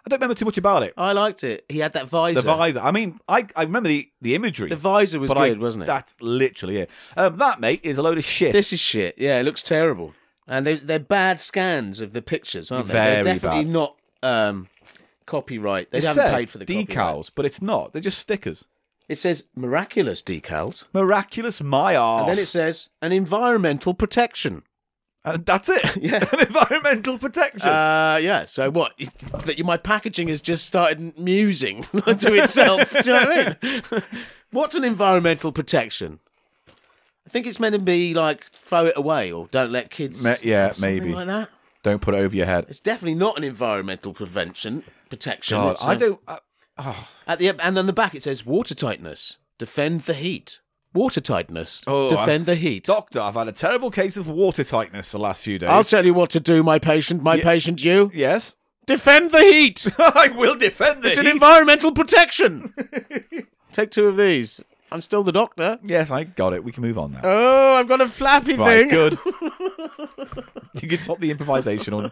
I don't remember too much about it. I liked it. He had that visor. The visor. I mean, I, I remember the, the imagery. The visor was but I- good, wasn't it? That's literally it. Um, that mate is a load of shit. This is shit. Yeah, it looks terrible. And they're, they're bad scans of the pictures, aren't they? Very they're definitely bad. not um, copyright. They it haven't says paid for the decals, copyright. but it's not. They're just stickers. It says miraculous decals, Miraculous my arse. and then it says an environmental protection. And that's it. Yeah. An environmental protection. Uh, yeah. So what? That you- my packaging has just started musing to itself. Do you know what I mean? What's an environmental protection? I think it's meant to be like throw it away or don't let kids. Me- yeah, something maybe. like that. Don't put it over your head. It's definitely not an environmental prevention protection. God, It's I a- don't. uh, I, At the and then the back it says water tightness. Defend the heat. Water tightness. Oh, defend the heat. doctor, I've had a terrible case of water tightness the last few days. I'll tell you what to do, my patient. My patient, you yes. defend the heat. I will defend this. It's an environmental protection. Take two of these. I'm still the doctor. yes, I got it. We can move on now. Oh, I've got a flappy right, thing. good. you can stop the improvisational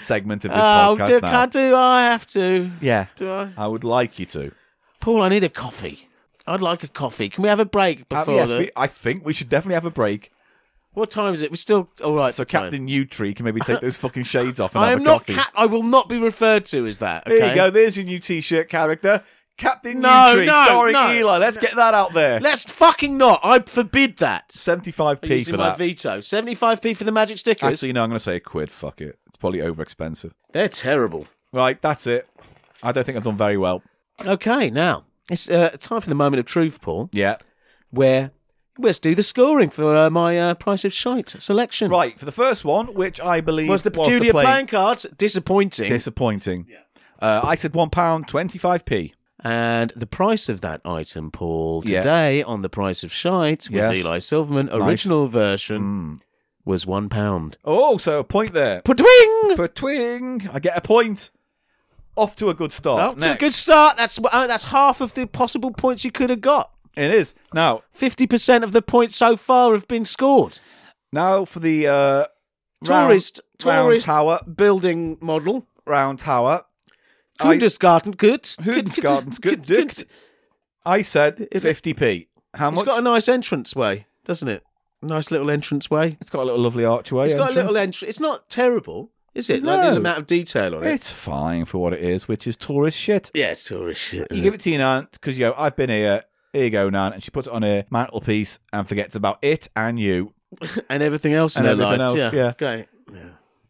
segment of this Oh, podcast do, now. can, do I have to? Yeah. Do I? I would like you to. Paul, I need a coffee. I'd like a coffee. Can we have a break Um, before yes, the... we, I think we should definitely have a break What time is it? We're still all right. so for time. Captain Newtree can maybe take those fucking shades off and I have am a not. coffee. Cap- I will not be referred to as that. Okay? There you go. There's your new T-shirt character, Captain No, Newtree, no, starring no. Eli. Let's get that out there. Let's fucking not. I forbid that. Seventy-five p Using for my that. veto. Seventy-five p for the magic stickers. Actually, no. I'm going to say a quid. Fuck it. It's probably over expensive. They're terrible. Right. That's it. I don't think I've done very well. Okay, now it's uh, time for the moment of truth, Paul. Yeah. where let's do the scoring for uh, my uh, price of shite selection. Right. For the first one, which I believe Was the peculiar play playing cards disappointing? disappointing. Uh, I said one pound twenty-five p. and the price of that item, Paul, Yeah. today on the price of shite with Yes. Mm. Eli Silverman original version was one pound. Oh, so a point there. Putwing. Per twing, I get a point. Off to a good Oh, start. it's a Next. good start. That's uh, that's half of the possible points you could have got. It is now. Fifty percent of the points so far have been scored. Now for the uh, round- Tourist, round tourist tower, building model. round tower. I- Hundesgarten good. Hundesgarten's good, good. I said If it- 50p. How much? It's got a nice entrance way, doesn't it? Nice little entrance way. it's got a little lovely archway. It's got a little entrance. entrance. It's not terrible, is it? Like No. the amount of detail on it. It's fine for what it is, which is tourist shit. yeah, it's tourist shit. You give it to your aunt because you go, I've been here. Here you go, Nan. And she puts it on her mantelpiece and forgets about it and you. and everything else in And her everything life. else, yeah, yeah. great. Yeah.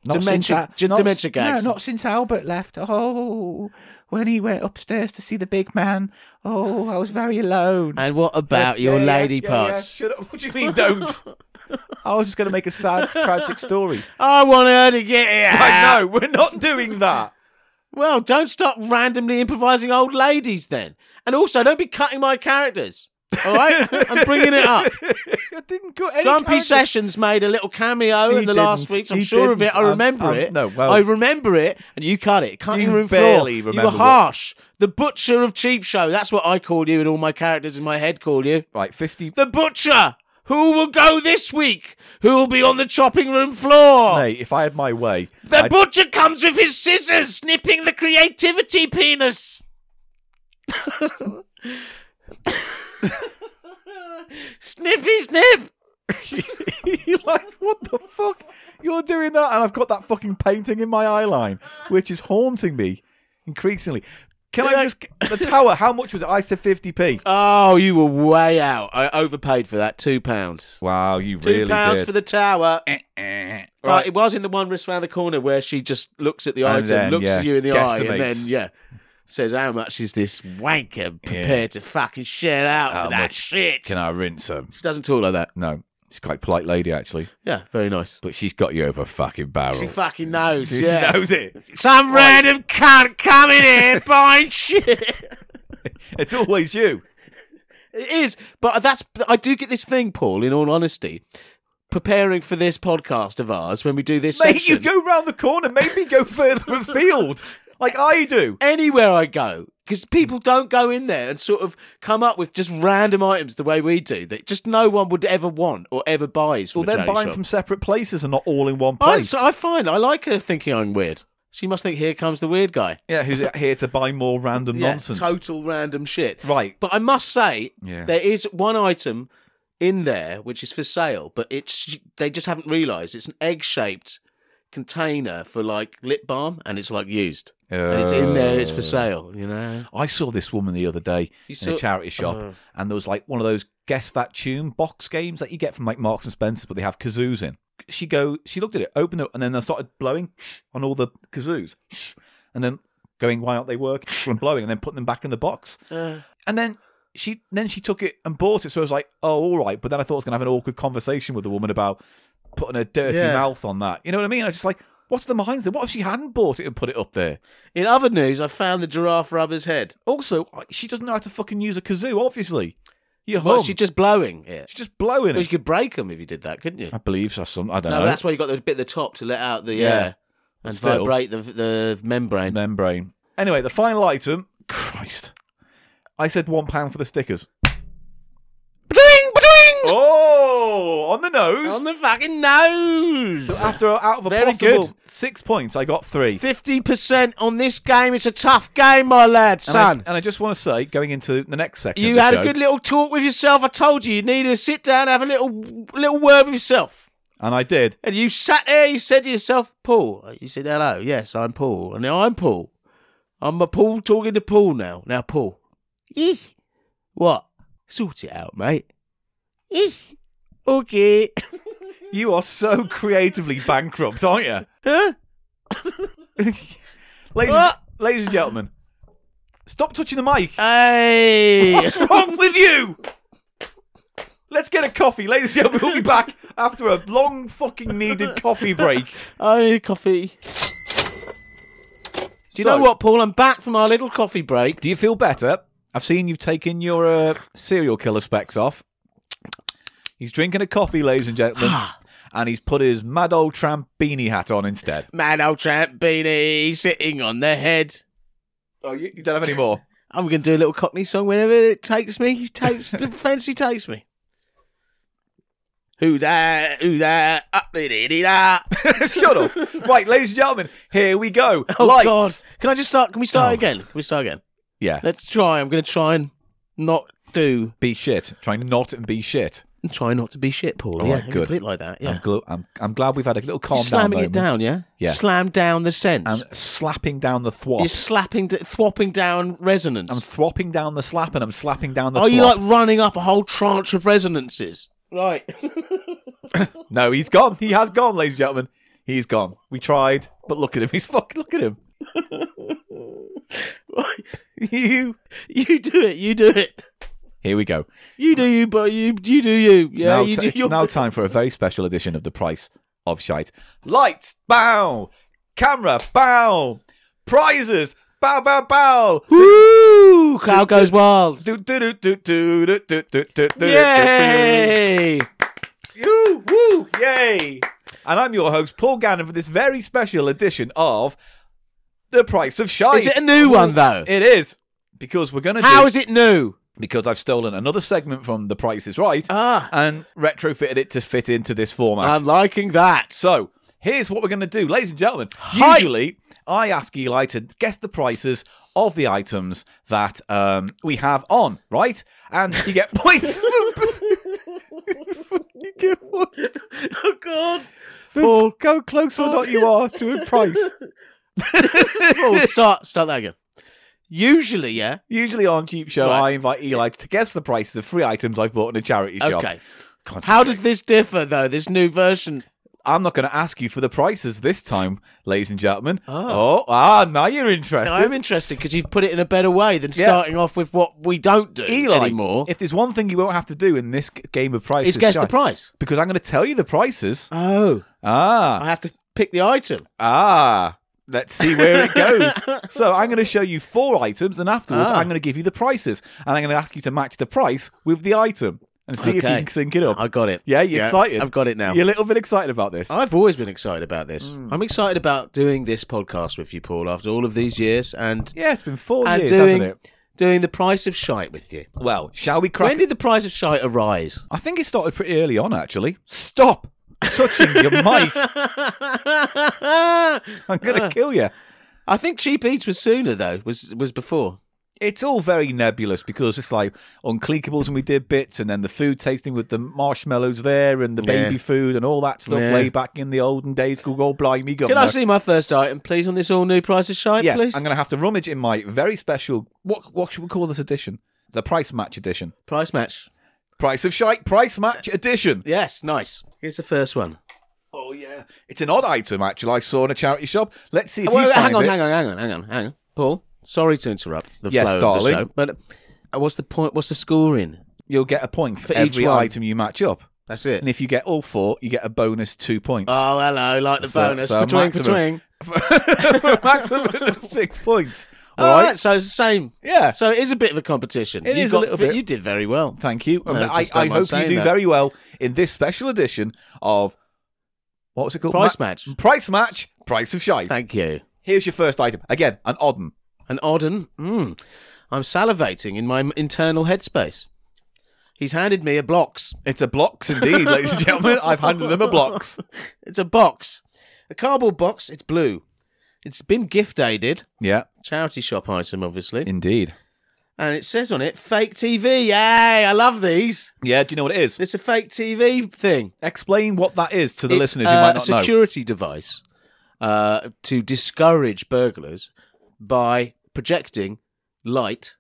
Not Dementia- since, Al- j- not, dementia gags. No, not since Albert left. Oh, when he went upstairs to see the big man. Oh, I was very alone. And what about your Yeah, yeah, lady yeah, parts? yeah. Shut up. What do you mean, don't? I was just going to make a sad, tragic story. I want her to get here. I know, we're not doing that. Well, don't start randomly improvising old ladies then. And also, don't be cutting my characters. All right, I'm bringing it up. I didn't cut any. Ah. Grumpy character- Sessions made a little cameo He in the last didn't. weeks. I'm He sure of didn't. it. I I'm- remember I'm- it. no, well- I remember it, and you cut it. Cutting You room barely floor. remember you what- were harsh. The butcher of Cheap Show. That's what I called you, and all my characters in my head called you. Right, fifty. The butcher. Who will go this week? Who will be on the chopping room floor? Mate, if I had my way, The I'd- butcher comes with his scissors, snipping the creativity penis. Snippy snip. He likes what the fuck you're doing that, and I've got that fucking painting in my eye line, which is haunting me increasingly. Can I just the tower? How much was it? I said fifty p. Oh, you were way out. I overpaid for that. Two pounds. Wow, you Two pounds for the tower. Eh, But Right. it was in the one risk round the corner where she just looks at the And item, then, looks yeah, at you in the eye, and then guesstimates. yeah, says how much is this wanker prepared to fucking shell out How for that much shit? I rinse her? She doesn't talk like that. No, she's quite a polite lady actually, Yeah, very nice. but she's got you over a fucking barrel. She fucking knows. Oh. She yeah, knows it. some random cunt coming here buying shit. It's always you. It is, but that's I do get this thing, Paul. In all honesty, preparing for this podcast of ours when we do this Mate, section, you go round the corner. Maybe go further afield, like I do. anywhere I go because people don't go in there and sort of come up with just random items the way we do that just no one would ever want or ever buys. From Well, they're a charity buying shop. from separate places and not all in one I, place. so I find I like her thinking I'm weird. She must think here comes the weird guy. Yeah, who's here to buy more random Yeah, nonsense? total random shit. Right. But I must say, Yeah. there is one item in there which is for sale, but it's they just haven't realised it's an egg shaped container for like lip balm and it's like used. And it's in there, Oh. it's for sale, you know? I saw this woman the other day You in a charity shop, Oh. and there was like one of those guess that tune box games that you get from like Marks and Spencers, but they have kazoos in. She go, she looked at it, opened it, and then they started blowing on all the kazoos, and then going, why aren't they working? And blowing, and then putting them back in the box, Uh, and then. She then she took it and bought it, so I was like, "Oh, all right." But then I thought I was gonna have an awkward conversation with the woman about putting a dirty Yeah. mouth on that. You know what I mean? I was just like, "What's the minds there? What if she hadn't bought it and put it up there?" in other news, I found the giraffe rubber's head. Also, she doesn't know how to fucking use a kazoo. Obviously, you Well, hum. she's just blowing it. She's just blowing Well, you it. could break them if you did that, couldn't you? I believe so. Some I don't No, know. that's why you got the bit at the top to let out the Yeah. air and Still. vibrate the the membrane. membrane. Anyway, the final item. Christ, I said one pound for the stickers. Bling, bling! Oh, on the nose. On the fucking nose. So after out of a Very possible good. six points, I got three. Fifty percent on this game. It's a tough game, my lad, And I- son. and I, just want to say, going into the next section, of you the had show, a good little talk with yourself. I told you you needed to sit down, have a little little word with yourself. and I did. And you sat there. You said to yourself, Paul. You said, "Hello, yes, I'm Paul, and now I'm Paul. I'm a Paul talking to Paul now. Now, Paul, Eeh. what? Sort it out, mate. Eeh. Okay." You are so creatively bankrupt, aren't you, Huh? ladies? and- Ah. ladies and gentlemen, stop touching the mic. Hey! What's wrong with you? Let's get a coffee, ladies and gentlemen. We'll be back after a long, fucking needed coffee break. I need a coffee. Do you So- know what, Paul? I'm back from our little coffee break. Do you feel better? I've seen you've taken your uh, serial killer specs off. He's drinking a coffee, ladies and gentlemen, and he's put his mad old tramp beanie hat on instead. Man, old tramp beanie sitting on the head. Oh, you, you don't have any more. I'm going to do a little Cockney song whenever it takes me. He takes the fancy takes me. Who that? Who that? Up dee dee dee da. Shut up. Right, ladies and gentlemen, here we go. Oh Lights. God! Can I just start? Can we start Oh. again? Can we start again? Yeah, Let's try. I'm going to try and not do. be shit. Try not and be shit. Try not to be shit, Paul. All yeah, right, if you good. put it like that. Yeah. I'm, gl- I'm, I'm glad we've had a little calm You're slamming down it down, moment. yeah? Yeah. Um, Slam down the sense. and slapping down the thwop. You're slapping, d- thwopping down resonance. I'm thwopping down the slap and I'm slapping down the Are you like thwop. running up a whole tranche of resonances? Right. No, he's gone. He has gone, ladies and gentlemen. He's gone. We tried, but look at him. He's fucking look at him. you you do it. You do it. Here we go. You do you, but you you do you. Yeah, now you t- do it's your- now time for a very special edition of The Price of Shite. Lights, bow. Camera, bow. Prizes, bow, bow, bow. Woo! Crowd goes wild. Do do do do do do do do do do. Yay! Yoo woo, yay! And I'm your host, Paul Gannon, for this very special edition of The Price of Shite. Is it a new one, though? It is. Because we're gonna How do, is it new? because I've stolen another segment from The Price is Right Ah, and retrofitted it to fit into this format. I'm liking that. So here's what we're going to do, ladies and gentlemen. Usually, I ask Eli to guess the prices of the items that um, we have on, right? And you get points. you get points. Oh God! Paul, go close or not you are to a price. Oh, start start that again. Usually, yeah. Usually on Cheap Show, Right. I invite Eli to guess the prices of free items I've bought in a charity shop. Okay. God, How does this differ, though? This new version. I'm not going to ask you for the prices this time, ladies and gentlemen. Oh. ah, now you're interested. I'm interested because you've put it in a better way than Yeah. starting off with what we don't do Eli, anymore. if there's one thing you won't have to do in this g- game of prices, Is guess Shite, the price. because I'm going to tell you the prices. Oh, Ah, I have to pick the item. ah. Let's see where it goes. so I'm going to show you four items, and afterwards Ah. I'm going to give you the prices, and I'm going to ask you to match the price with the item and see if you Okay. can sync it up. I got it. yeah, you Hmm. excited? I've got it now. You're a little bit excited about this. I've always been excited about this. I'm excited about doing this podcast with you, Paul, after all of these years and yeah, it's been four and years, doing hasn't it? doing the price of shite with you. Well, shall we When did the price of shite arise? I think it started pretty early on, actually. Stop touching your mic. I I'm going to kill you. think Cheap Eats was sooner though. Was was before. it's all very nebulous because it's like unclinkables and we did bits, and then the food tasting with the marshmallows there and the Yeah. baby food and all that stuff Yeah. way back in the olden days. Go, go, blimey, governor. Can I see my first item, please, on this all new price of shite, Yes, please? I'm going to have to rummage in my very special. What what should we call this edition? The price match edition. Price match. Price of shite. Price match edition. Yes, nice. Here's the first one. Oh yeah, it's an odd item actually. I saw in a charity shop. Let's see if well, you find hang on, it. hang on, hang on, hang on, hang on. Paul, sorry to interrupt the Yes, flow darling. of the show, but uh, what's the point? What's the scoring? You'll get a point for, For each every one. item you match up, That's it. and if you get all four, you get a bonus two points. Oh, hello, like the So- bonus. so for twing, for maximum. twing. maximum of six points. All right. so it's the same. Yeah. So it is a bit of a competition. It you is a got- little bit. You did very well. Thank you. No, Um, I, just don't I mind hope you saying do that. very well in this special edition of what was it called? Price match. Price match. Price of shite. Thank you. Here's your first item. Again, an odd one. An Odden. Mm, I'm salivating in my m- internal headspace. He's handed me a blocks. It's a blocks indeed, ladies and gentlemen. I've handed them a blocks. It's a box. A cardboard box. It's blue. It's been gift aided. Yeah, Charity shop item, obviously. indeed. and it says on it fake TV. Yay, I love these. Yeah, do you know what it is? It's a fake TV thing. Explain what that is to the It's, listeners who uh, might not a know. security device uh, to discourage burglars by projecting light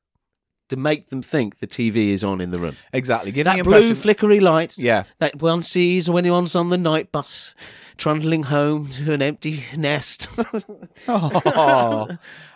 to make them think the TV is on in the room. Exactly. Give That the blue impression. flickery light yeah, that one sees when one's on the night bus, trundling home to an empty nest. Oh,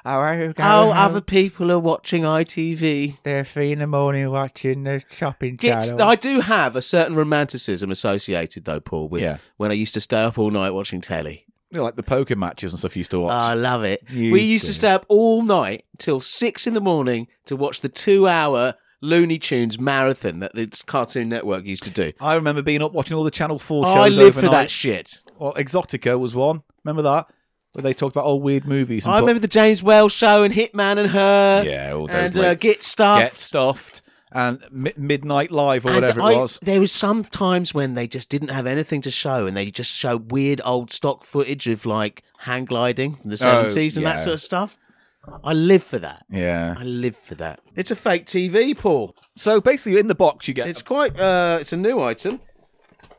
oh, How other people are watching ITV. They're three in the morning watching the shopping Gets- channel. I do have a certain romanticism associated, though, Paul, with Yeah. when I used to stay up all night watching telly. like the poker matches and stuff you used to Oh, I watch. love it. You we used to did. stay up all night till six in the morning to watch the two-hour Looney Tunes marathon that the Cartoon Network used to do. I remember being up watching all the Channel Four shows. Oh, I live for overnight. that shit. Well, Exotica was one. Remember that? Where they talked about old weird movies. And I remember the James Wells show and Hitman and Her. Yeah, all those and late- uh, Get Get Stuffed. Stuffed and Mi- Midnight Live or And whatever I- it was. There was some times when they just didn't have anything to show, and they just showed weird old stock footage of like hang gliding from the seventies and that Oh, yeah. sort of stuff. I live for that. Yeah. I live for that. It's a fake TV, Paul. So basically, in the box you get It's quite. Uh, it's a new item.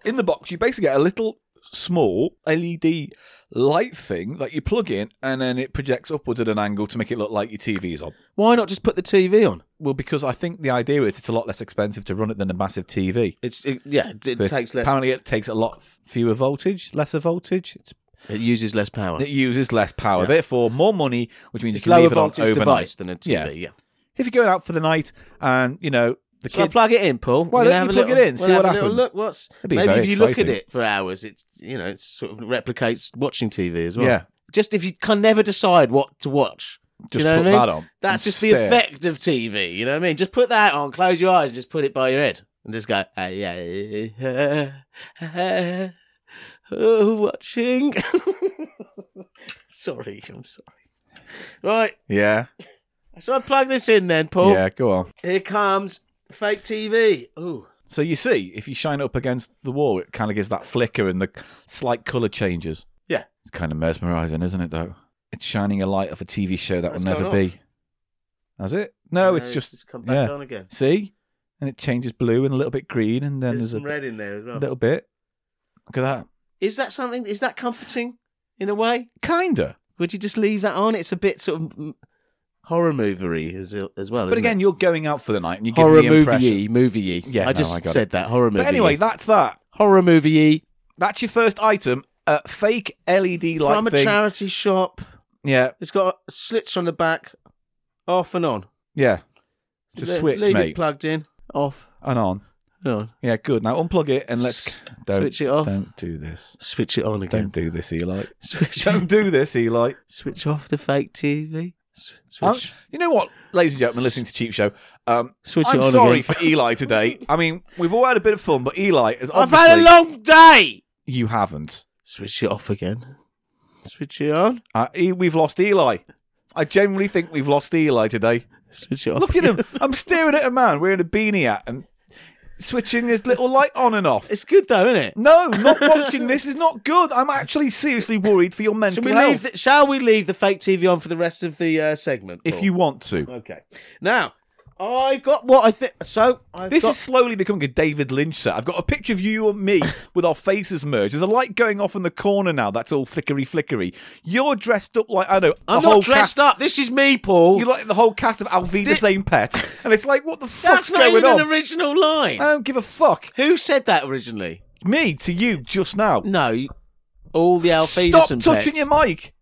in the box you basically get a little small LED light thing that you plug in, and then it projects upwards at an angle to make it look like your TV's on. Why not just put the TV on? Well, because I think the idea is it's a lot less expensive to run it than a massive TV. It's it, yeah. It, it It's- takes less. Apparently, it takes a lot f- fewer voltage, lesser voltage. It's, It uses less power. it uses less power, therefore more money, which means It's you can lower leave it on voltage overnight. device than a TV. Yeah. Yeah. yeah. If you're going out for the night and you know the Shall I kids, plug it in, Paul? Why We're don't gonna you have a plug it little- in, see we'll what have a little happens. Look, what's That'd be maybe very if you look at exciting. it for hours, it's you know it sort of replicates watching TV as well. yeah, just if you can never decide what to watch. Do just you know put what I mean? that on. That's and just the stare. effect of TV. You know what I mean? Just put that on, close your eyes, and just put it by your head, and just go, "Ah, yeah, ah, oh, watching. sorry, I'm sorry. Right, Yeah, so I plug this in then, Paul. yeah. Go on. Here comes fake TV. Ooh, So you see, if you shine it up against the wall, it kind of gives that flicker and the slight color changes. Yeah. it's kind of mesmerizing, isn't it? Though it's shining a light of a TV show that That's will never gone be. Has it? No, it's Uh, just come back yeah. on again. See, and it changes blue and a little bit green, and then There's there's, some a red in there as well. little bit. Look at that. Is that something? Is that comforting in a way? Kinda. Would you just leave that on? It's a bit sort of mm, horror movery as as well. But isn't again, it? you're going out for the night and you give horror me the impression. movie, movie. Yeah, I no, just I got said that horror movie. But anyway, that's that. horror movie That's your first item. A fake LED light from a thing. charity shop. yeah, It's got slits on the back, off and on. yeah. Just Le- switch, leave mate, It plugged in, off and on. and on. Yeah, good. Now unplug it and let's don't, Switch it off. Don't do this. Switch it on again. Don't do this, Eli. Switch Don't do this, Eli. switch off the fake TV. S- Um, Switch, you know what, ladies and gentlemen, listening to Cheap Show. Um, switch it I'm on sorry again. for Eli today. I mean, we've all had a bit of fun, but Eli is I've obviously had a long day. you haven't. Switch it off again. Switch it on. Uh, E- we've lost Eli. I genuinely think we've lost Eli today. Switch it off. Look at him. I'm staring at a man wearing a beanie hat and switching his little light on and off. It's good though, isn't it? No, not watching this is not good. I'm actually seriously worried for your mental Should we health. leave? The, shall we leave the fake TV on for the rest of the uh, segment? if Paul? you want to. okay. Now I've got what I think. So I've This got- is slowly becoming a David Lynch set. I've got a picture of you and me with our faces merged. There's a light going off in the corner now. That's all flickery flickery. You're dressed up like I don't know. I'm the whole not dressed cast, up. This is me, Paul. You're like the whole cast of Alvida the Thi- Same Pet, and it's like what the fuck's That's not going even on? an original line. I don't give a fuck. Who said that originally? Me to you just now. No, you- all the Alfedas Stop and touching pets. your mic.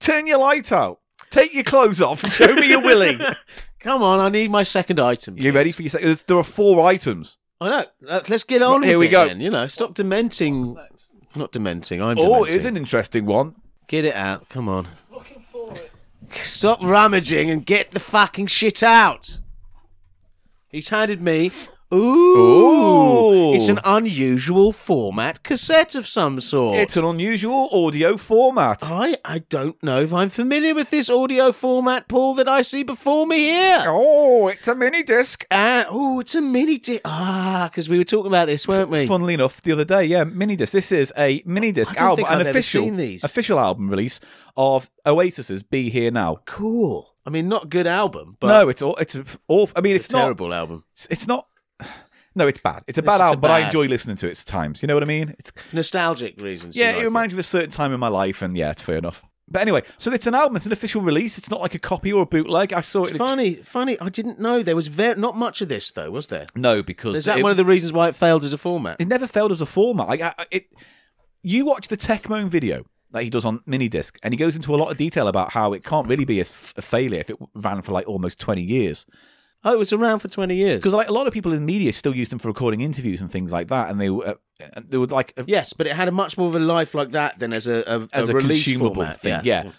Turn your light out. Take your clothes off and show me your willy. Come on, I need my second item. You please. ready for your second? There are four items. I know. Uh, Let's get on. Here with we it go. Then, you know, stop dementing. Not dementing. I'm. Oh, dementing. it is an interesting one. Get it out. Come on. Stop rummaging and get the fucking shit out. He's handed me. Ooh, Ooh. It's an unusual format cassette of some sort. It's an unusual audio format. I, I don't know if I'm familiar with this audio format, Paul, that I see before me here. Oh, it's a mini disc. Uh, oh, it's a mini di Ah, because we were talking about this, weren't we? Funnily enough, the other day, yeah, mini disc. This is a mini disc don't album, think an I've ever official seen these. official album release of Oasis's "Be Here Now." Cool. I mean, not good album, but no, it's all. It's all. I mean, it's, it's a not. terrible album. It's not. No, it's bad. It's a bad it's a album, but I bad- enjoy listening to it at times. You know what I mean? It's Nostalgic reasons. you yeah, like it reminds me of a certain time in my life, and yeah, it's fair enough. But anyway, so it's an album. It's an official release. It's not like a copy or a bootleg. I saw it. in a- Funny, funny. I didn't know there was very, not much of this though, was there? No, because Is that it- one of the reasons why it failed as a format? it never failed as a format. Like I, I- it, you watch the Techmoan video that he does on minidisc, and he goes into a lot of detail about how it can't really be a, f- a failure if it ran for like almost twenty years. Oh, it was around for twenty years. Because like a lot of people in media still use them for recording interviews and things like that, and they were, uh, and they would like uh, Yes, but it had a much more of a life like that than as a, a as a, release consumable format. thing. Yeah.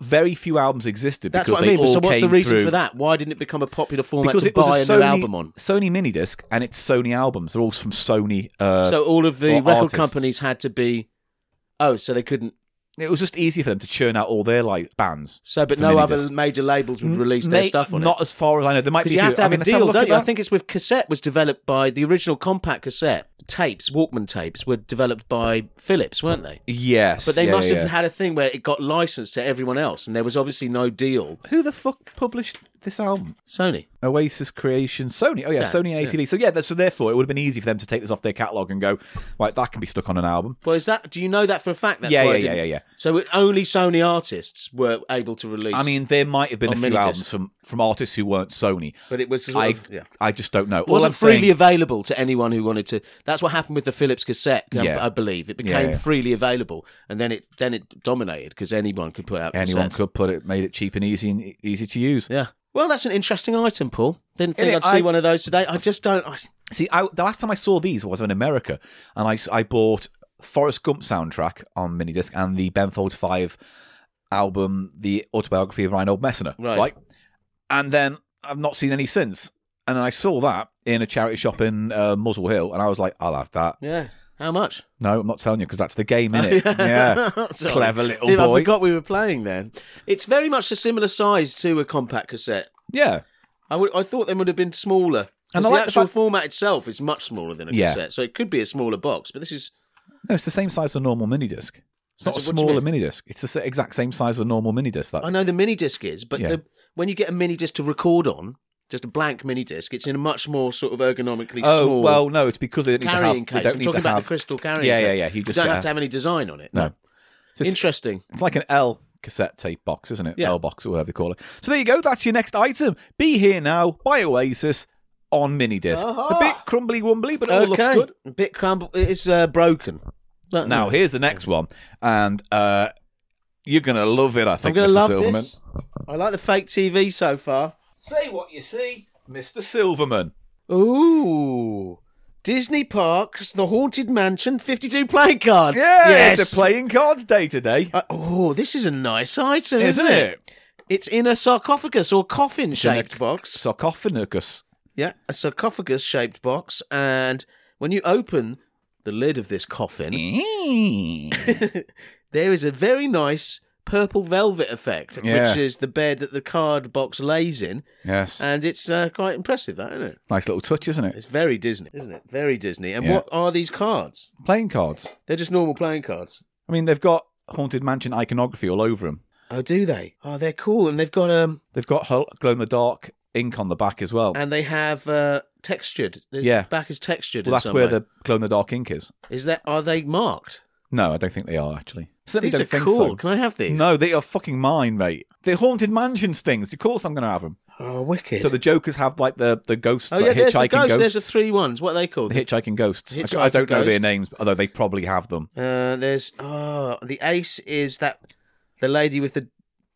very few albums existed. that's because what I they mean. But all so, what's the came reason through- for that? Why didn't it become a popular format Because to it was buy a a Sony new album on? Sony minidisc, and it's Sony albums. They're all from Sony. Uh, so all of the or record artists. companies had to be. Oh, so they couldn't. it was just easier for them to churn out all their like bands. So, but for no minidisc. other major labels would release their May- stuff on Not it. as far as I know. There might be. Because you a have few- to I have mean, a let's have deal, look don't at you? I that. think it's with cassette was developed by the original compact cassette tapes, Walkman tapes, were developed by Philips, weren't they? Yes, But they yeah, must yeah. have had a thing where it got licensed to everyone else, and there was obviously no deal. Who the fuck published this album? Sony. Oasis Creation, Sony. Oh yeah, Yeah, Sony and ATV. So yeah, th- so therefore it would have been easy for them to take this off their catalog and go, right, that can be stuck on an album. Well, is that? Do you know that for a fact? That's Yeah, why I yeah, yeah, didn't- yeah, yeah. So it, only Sony artists were able to release. I mean, there might have been On a few minidisc. albums from from artists who weren't Sony. but it was sort I of, yeah. I just don't know. It All I'm wasn't freely saying- available to anyone who wanted to. That's what happened with the Philips cassette, I- Yeah. I, believe. It became yeah. freely available, and then it then it dominated because anyone could put out. anyone cassettes. could put it, made it cheap and easy and e-, easy to use. Yeah. Well, that's an interesting item, Paul. Didn't think Innit? I'd see I- one of those today. I just don't. I, See, I, the last time I saw these was in America, and I, I bought Forrest Gump soundtrack on minidisc and the Benfold Five album, the autobiography of Reinhold Messner, Right. And then I've not seen any since. And then I saw that in a charity shop in uh, Muzzle Hill, and I was like, "I'll have that." yeah. How much? No, I'm not telling you because that's the game in it. Eh, yeah, Sorry. clever little Dude, I boy. forgot we were playing then. It's very much a similar size to a compact cassette. Yeah, I would- I thought they would have been smaller. And And the I like the actual fact- format itself is much smaller than a Yeah. cassette, so it could be a smaller box. But this is no, it's the same size as a normal minidisc. It's not a That's what you smaller minidisc. It's the s- exact same size as a normal minidisc. That I know the mini disc is, but Yeah. the, when you get a mini disc to record on, just a blank mini disc, it's in a much more sort of ergonomically oh small well, no, it's because they don't need to have. carrying They case. don't I'm need talking to about have. the crystal carrying. Yeah, case. yeah, yeah. You just don't get have a- to have any design on it. No. No, So it's- interesting. It's like an L cassette tape box, isn't it? Yeah. L box or whatever they call it. So there you go. That's your next item. Be here now by Oasis on mini disc. Aha. A bit crumbly wumbly, but it all looks okay, good. a bit crumble. It's uh, broken. Look, Now here's the next one, and uh, you're gonna love it. I I'm think, going Mr. to love Silverman. this. I like the fake TV so far. Say what you see, Mr. Silverman. Ooh. Disney Parks, The Haunted Mansion, 52 play cards. Yeah, yes. it's a playing cards day today, Uh, oh, this is a nice item, isn't it? It's in a sarcophagus or coffin shaped Sarc- box. Sarcophagus. Yeah, a sarcophagus shaped box. And when you open the lid of this coffin, Mm. there is a very nice purple velvet effect, Yeah. which is the bed that the card box lays in, Yes. and it's uh, quite impressive, that isn't it? nice little touch, isn't it? It's very Disney, isn't it? Very Disney. And Yeah. what are these cards? Playing cards. They're just normal playing cards. I mean, they've got haunted mansion iconography all over them. Oh, do they? Oh, they're cool, and they've got um, They've got glow in the dark ink on the back as well. and they have uh, textured. The Yeah. back is textured. well, in that's some where way. the glow in the dark ink is. is that. Are they marked? No, I don't think they are actually. Certainly These don't are think cool. so. Can I have these? No, they are fucking mine, mate. They're haunted mansions things. Of course, I'm going to have them. Oh, wicked. So the Jokers have like the the ghosts, oh like yeah, there's the hitchhiking ghosts. ghosts, There's the three ones. What are they called? the hitchhiking ghosts. The I, I don't hitchhiking know their ghosts. names, although they probably have them. Uh, there's oh, the ace is that the lady with the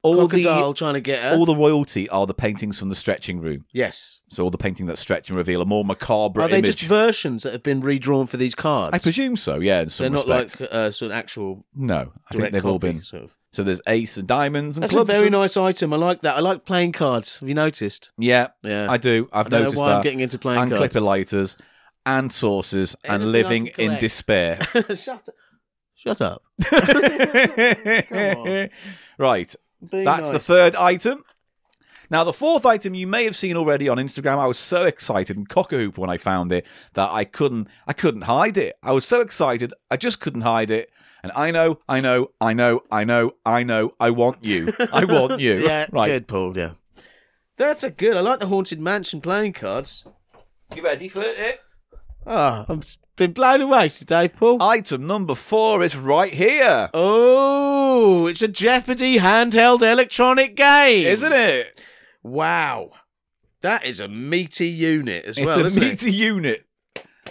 All crocodile the trying to get her. all the royalty are the paintings from the stretching room. yes. So all the paintings that stretch and reveal a more macabre Are they image. just versions that have been redrawn for these cards? I presume so. Yeah, in some They're not respect. like uh, sort of actual. no, I think direct they've all copy, been. Sort of. So there's ace and diamonds and That's a clubs. very and- nice item. I like that. I like playing cards. Have you noticed? Yeah, Yeah. I do. I've I don't noticed know why that. I'm getting into playing and cards. clipper lighters and saucers and Anything I living can in collect. despair. Shut up. Shut up. on. right. Be That's the nice. third item. Now, the fourth item you may have seen already on Instagram. I was so excited and cockahoop when I found it that I couldn't, I couldn't hide it. I was so excited, I just couldn't hide it. And I know, I know, I know, I know, I know, I want you, I want you. Yeah, right. good, Paul. Yeah. That's a good. I like the haunted mansion playing cards. You ready for it? Ah, I'm s- been blown away today, Paul. Item number four is right here, Oh, it's a Jeopardy handheld electronic game, isn't it? Wow, that is a meaty unit as It's well. a isn't meaty unit.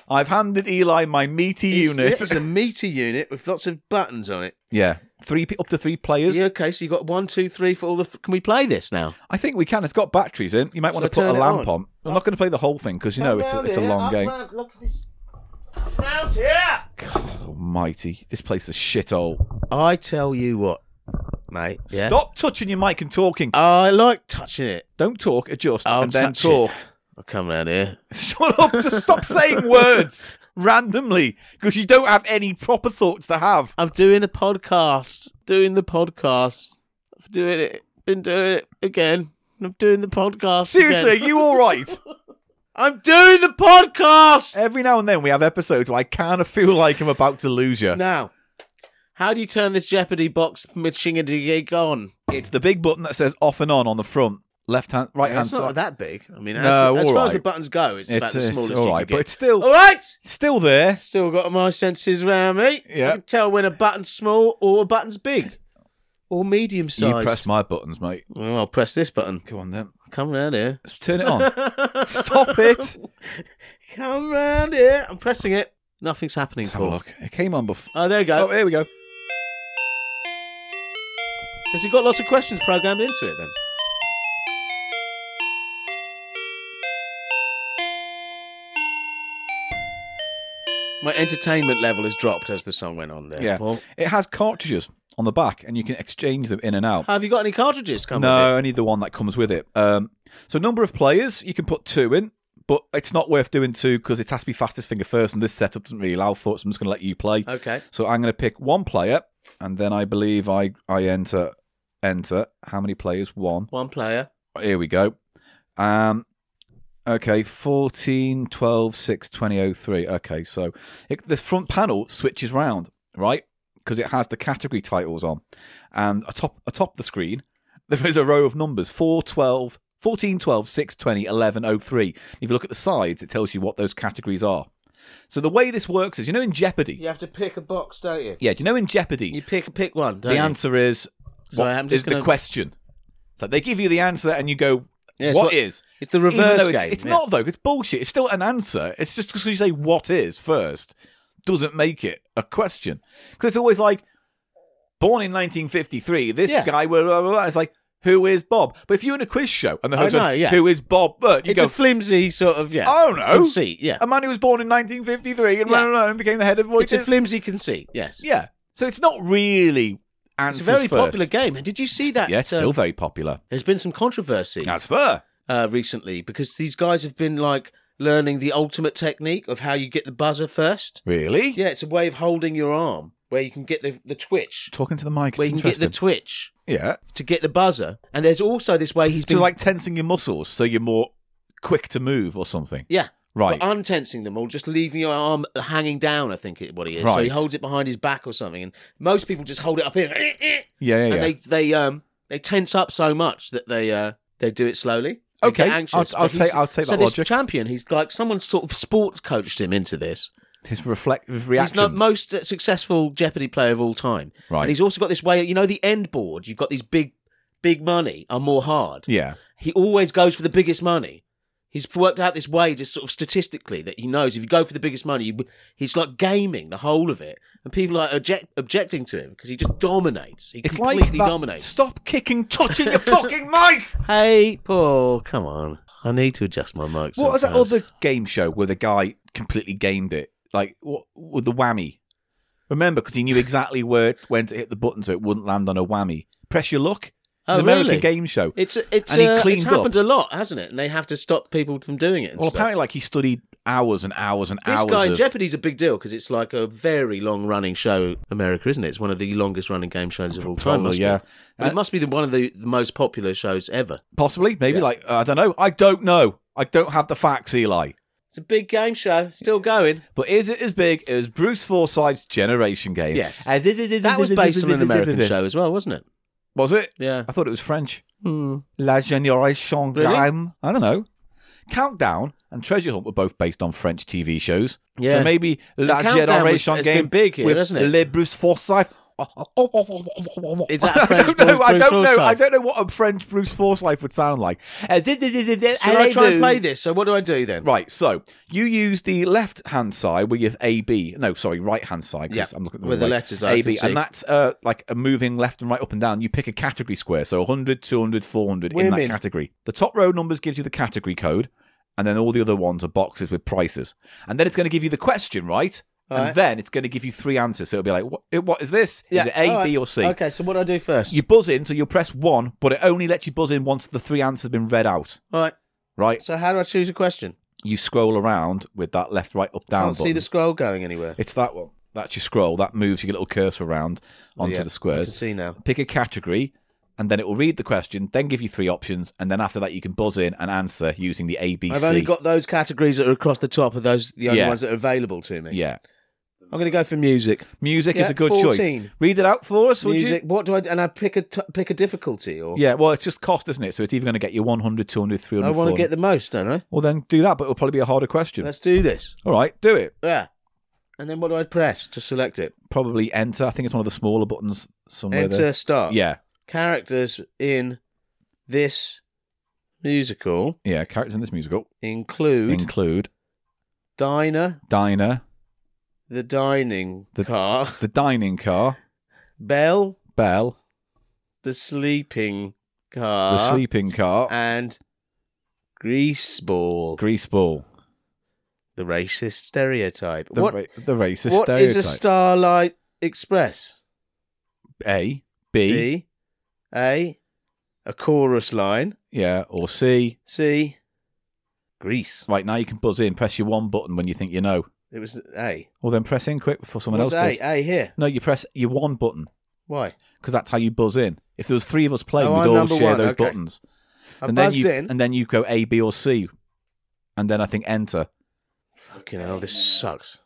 I've handed Eli my meaty it? It's- unit. It's a meaty unit with lots of buttons on it. yeah, three pe- up to three players. Yeah, okay, so you got one, two, three for all the. Can we play this now? I think we can. It's got batteries in. You might want to Shall I put a turn it lamp on. I'm not going to play the whole thing because you know it's a, it's a long game. look at this. here. Almighty, this place is shithole. I tell you what, mate. Yeah. Stop touching your mic and talking. I like touching it. Don't talk. Adjust I'll and then touch it. talk. I'll come round here. Shut up. Just stop saying words randomly because you don't have any proper thoughts to have. I'm doing a podcast. Doing the podcast. I'm doing it. Been doing it again. I'm doing the podcast. Seriously, again. are you all right? I'm doing the podcast Every now and then we have episodes where I kind of feel like I'm about to lose you. now. How do you turn this Jeopardy box machine on? It's the big button that says off and on on the front, left hand, right hand It's not side. that big. I mean, No, as, as all far as the right. buttons go, it's, about the smallest all you right, can get. but Oh. it's still All right. still there. Still got my senses round me. Yeah. I can tell when a button's small or a button's big or medium sized. You press my buttons, mate. Well, I'll press this button. Come on then, Come round here. let's turn it on. Stop it. Come round here. I'm pressing it. Nothing's happening, Have a Paul. look. It came on before. Oh, there you Oh, go. here we go. Has it got lots of questions programmed into it then? My entertainment level has dropped as the song went on there. Yeah, Paul. it has cartridges on the back, and you can exchange them in and out. Have you got any cartridges coming? No, only the one that comes with it. Um, so number of players, you can put two in, but it's not worth doing two because it has to be fastest finger first, and this setup doesn't really allow for it. So I'm just going to let you play. Okay. So I'm going to pick one player, and then I believe I I enter enter how many players? One. One player. Here we go. Um, okay, 14, 12, 6, 20, 03. oh, Okay, so it, the front panel switches round, right? Because it has the category titles on. And atop, atop the screen, there is a row of numbers 4, 12, 14, 12, 6, 20, 11, 03. oh, If you look at the sides, it tells you what those categories are. So the way this works is, you know, in Jeopardy. You have to pick a box, don't you? Yeah, do you know in Jeopardy? You pick pick one, don't the you? answer is Sorry, what I'm just is gonna- the question. So they give you the answer and you go, Yes, what what- is? It's the Even reverse though game. it's, It's yeah. not though. It's bullshit. It's still an answer. It's just because you say what is first doesn't make it a question. Because it's always like born in 1953. This Yeah. guy. Blah, blah, blah, blah. It's like who is Bob? But if you're in a quiz show and the I host know, went, yeah. who is Bob? Burt, you It's go. Oh, a flimsy sort of yeah. I don't know. Conceit, yeah. a man who was born in 1953 and Yeah. ran around and became the head of It's voices. a flimsy conceit. Yes. yeah. So it's not really It's answers a very first. popular game. And did you see that? Yeah, it's um, still very popular. There's been some controversy That's there. uh, recently because these guys have been like learning the ultimate technique of how you get the buzzer first. Really? Yeah, it's a way of holding your arm where you can get the, the Twitch, Talking to the mic. where It's you can get the interesting. Twitch yeah. to get the buzzer. And there's also this way he's So been like tensing your muscles so you're more quick to move or something. yeah. Right. But untensing them or just leaving your arm hanging down, I think it what he is. So he Right. holds it behind his back or something. And most people just hold it up here. eh, eh, Yeah, yeah, and yeah. they they um they tense up so much that they uh they do it slowly. They Okay, get anxious. I'll- I'll But he's- take- I'll take so that this logic. champion, he's like someone sort of sports coached him into this. His reflective He's reactions. the most successful Jeopardy player of all time. Right. And he's also got this way. You know the end board. You've got these big, big money are more hard. Yeah. He always goes for the biggest money. He's worked out this way, just sort of statistically, that he knows if you go for the biggest money, you, he's like gaming the whole of it, and people are object, objecting to him because he just dominates. He It's completely like that- dominates. Stop kicking, touching your fucking mic. Hey, Paul, come on. I need to adjust my mic. What was that sometimes. other game show where the guy completely gamed it? Like what with the whammy? Remember, because he knew exactly where when to hit the button so it wouldn't land on a whammy. Press your luck. Oh, It's an American really? game show. It's it's And he uh, it's cleaned up. happened a lot, hasn't it? And they have to stop people from doing it. and well, stuff. apparently, like he studied hours and hours and this hours. guy in of- Jeopardy's a big deal because it's like a very long running show, America, isn't it? It's one of the longest running game shows of all time. Probably, must be. yeah. Uh, And it must be the, one of the, the most popular shows ever. possibly, maybe like uh, I don't know. I don't know. I don't have the facts, Eli. It's a big game show, still going. But is it as big as Bruce Forsyth's Generation Game? Yes. Uh, That was based on an American show as well, wasn't it? Was it? Yeah. I thought it was French. Hmm. La Generation Really? Game. I don't know. Countdown and Treasure Hunt were both based on French TV shows. Yeah. So maybe La Countdown Generation was- has Game been big here, with hasn't it? Le Bruce Forsyth. Is that a I French don't know. Bruce I don't Forsyth? know. I don't know what a French Bruce Forsyth would sound like. Uh, Should I try and play this? So what do I do then? Right, so you use the left hand side where you have A B. No, sorry, right hand side. 'cause Yeah, I'm looking at where the wrong way. letters are, I A can B, see. and that's uh, like a moving left and right, up and down. You pick a category square, so 100, 200, 400 in that Women. category. The top row numbers gives you the category code, and then all the other ones are boxes with prices. And then it's going to give you the question, right? Alright. And then it's going to give you three answers. So it'll be like, what, what is this? Is it A, B, or C? Okay, so what do I do first? You buzz in, so you'll press one, but it only lets you buzz in once the three answers have been read out, All right. right? So how do I choose a question? You scroll around with that left, right, up, down I can't button. see the scroll going anywhere. It's that one. That's your scroll. That moves your little cursor around onto Yeah, the I can squares. see now. Pick a category, and then it will read the question, then give you three options, and then after that you can buzz in and answer using the ABC. I've only got those categories that are across the top of those the only Yeah. ones that are available to me. yeah. I'm going to go for music. Music is Yeah, a good 14. choice. Read it out for us, would music. What do I? And I pick a t- pick a difficulty, or you? Yeah. Well, it's just cost, isn't it? So it's either going to get you 100, 200, 300. I want to 400. get the most, don't I? Well, then do that, but it'll probably be a harder question. Let's do this. All right, do it. Yeah. And then what do I press to select it? Probably enter. I think it's one of the smaller buttons somewhere. Enter there. start. Yeah. Characters in this musical Yeah. Characters in this musical include include diner, diner, the dining The- car, the dining car, Bell, bell, the sleeping the car, sleeping Oh. car, and Greaseball, grease ball. the racist stereotype. The, what ra- the racist what is stereotype. a Starlight Express? a, B, B, A, a chorus line. yeah, or C. C, Grease. Right now you can buzz in. Press your one button when you think you know. It was A. Well, then press in quick before someone What's else A? does. A here. No, you press your one button Why? because that's how you buzz in. If there was three of us playing, Oh, we'd I'm all number share one, those okay. buttons. I and then buzzed you in. and then you go A, B, or C, and then I think enter. Fucking hell, this sucks.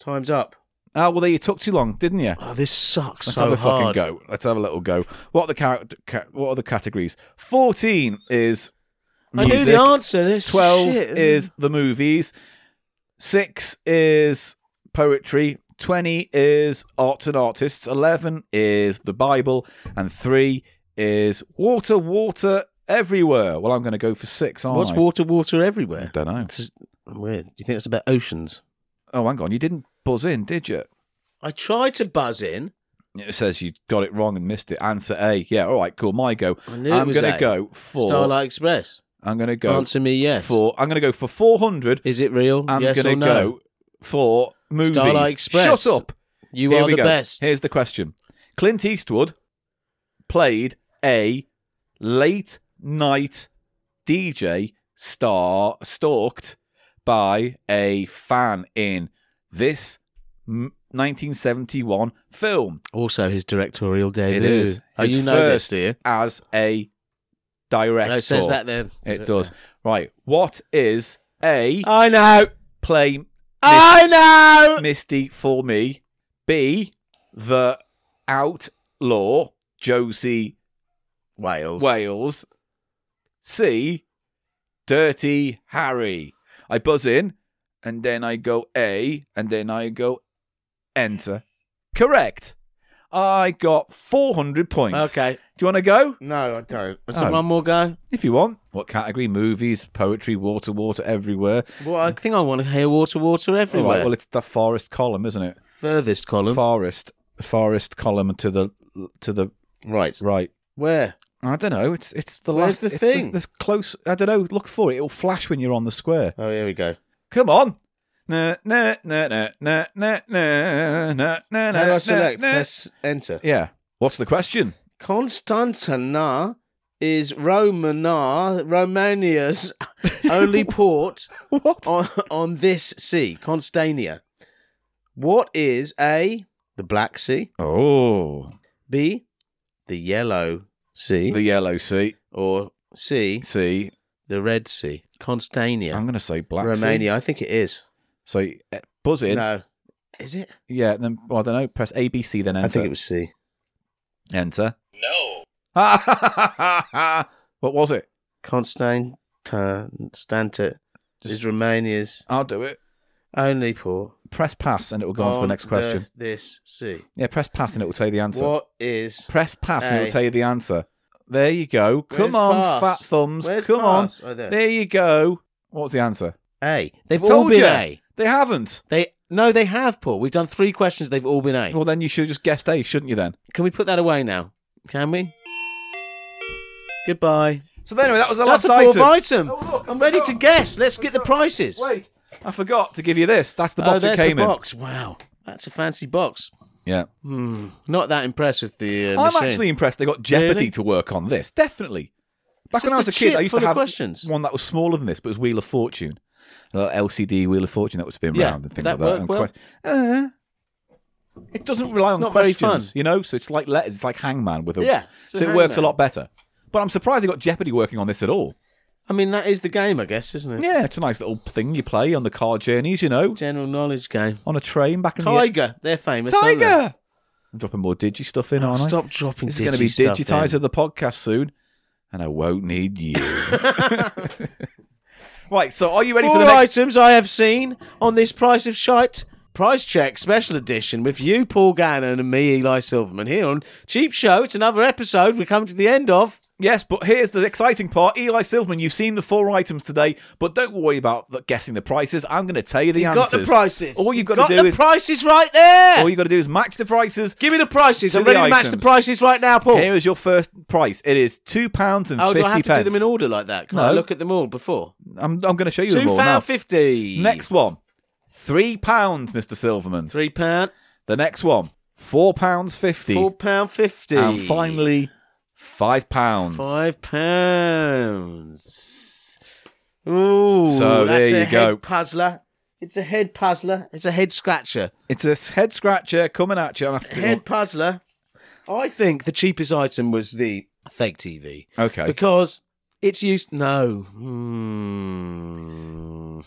Time's up. Oh well, there you took too long, didn't you? Oh, this sucks Let's so have a hard. fucking go. Let's have a little go. What are the character? Ca- what are the categories? Fourteen is I music. knew the answer. This 12 shit. is the movies. 6 is poetry. 20 is arts and artists. 11 is the Bible. And 3 is water, water everywhere. Well, I'm going to go for 6, aren't what's I? water, water everywhere? don't know. This is weird. Do you think it's about oceans? Oh, hang on. You didn't buzz in, did you? I tried to buzz in. It says you got it wrong and missed it. Answer A. Yeah, all right, cool. My go. I knew it I'm was gonna A. go for. Starlight Express. I'm going to go Answer me yes. for. I'm going to go for 400. Is it real? I'm yes going or to no? go for movies. Starlight Express. Shut up. You Here are we the go. best. Here's the question. Clint Eastwood played a late night DJ star stalked by a fan in this m- 1971 film. Also, his directorial debut. Oh, His you know this, first do you? As a director. No, it says that then. It does. Right. What is a I know. play I know. Misty for me? B, the outlaw Josie Wales. Wales. C, Dirty Harry. I buzz in, and then I go A, and then I go enter. Correct. I got 400 points. Okay. Do you want to go? No, I don't. Is Oh. it one more go? If you want. What category? Movies, poetry, water, water, everywhere. Well, I think I want to hear water, water All everywhere. right, well, it's the forest column, isn't it? Furthest column. Forest, forest column to the to the right. right. Where? I don't know. It's it's the Where's last. the it's thing? The, the close. I don't know. Look for it. It'll flash when you're on the square. Oh, here we go. Come on. Na, na, na, na, na, na, na, na, How do na, na, I select? na. Press enter. Yeah. What's the question? Constantina is Romana, Romania's only port What? on, on this sea, Constania. What is A, the Black Sea, Oh, B, the Yellow Sea, the yellow sea. or C, Sea. the Red Sea? I'm Constania, going to say black sea. Romania. I think it is. So eh, buzz in. No. Is it? Yeah. Then well, I don't know. Press A, B, C. Then enter. I think it was C. Enter. No. what was it? Constantin Stanta Just- is Romania's I'll do it. only port. Press pass and it will go on, to the on next question. the- this sea. Yeah, press pass and it will tell you the answer. What is? Press pass and it will A. tell you the answer. There you go. Come Where's on, pass? fat thumbs. Where's Come on. pass? Oh, there. There you go. What's the answer? A. They've Told all been ya. A. They haven't. They no, they have, Paul. We've done three questions. They've all been A. Well, then you should have just guessed A, shouldn't you then? Can we put that away now? Can we? Goodbye. So then, anyway, that was the That's a last fourth item. item. Oh, look, I I'm ready to forgot. guess. Let's get the prices. Wait, I forgot to give you this. That's the oh, box it there's came the in. box. Wow, that's a fancy box. Yeah. Hmm. Not that impressive. The uh, I'm machine. actually impressed they got Jeopardy Really? to work on this. Definitely. It's Back when I was just a a kid, I chip used full to of have questions. one that was smaller than this, but it was Wheel of Fortune. A little LCD Wheel of Fortune that would spin Yeah, round and things that like that. worked and que- Uh, it doesn't rely on not very questions, fun. you know? So it's like letters, it's like hangman with a. Yeah, it's So a it works a hangman. lot better. But I'm surprised they got Jeopardy working on this at all. I mean, that is the game, I guess, isn't it? Yeah, it's a nice little thing you play on the car journeys, you know, General knowledge game. on a train back in Tiger. They're the. famous. aren't they? Tiger! I'm dropping more digi stuff in, Oh, aren't I? stop dropping. This is digi going to be stuff digitized in. of the podcast soon, and I won't need you. right, so are you ready for Four the next? items I have seen on this price of shite price check special edition with you, Paul Gannon, and me, Eli Silverman, here on Cheap Show. It's another episode we're coming to the end of. Yes, but here's the exciting part. Eli Silverman, you've seen the four items today, but don't worry about the, guessing the prices. I'm going to tell you the You've answers. got the prices. All you've got, got to the do is prices right there. all you got to do is match the prices. Give me the prices. To I'm the ready to match the items. prices right now, Paul. Here is your first price. It is two pounds and oh, do fifty I have to pence. do them in order like that? Can No. I look at them all before? I'm, I'm going to show you them Two all now. pound fifty. Next one, three pounds, Mister Silverman. three pound. The next one, four pounds fifty. Four pound fifty. And finally, five pounds. Five pounds. Ooh, So that's there a you head go. Puzzler. It's a head puzzler. It's a head scratcher. It's a head scratcher coming at you. And after Head puzzler. I think the cheapest item was the fake TV okay, because it's used. No. Hmm.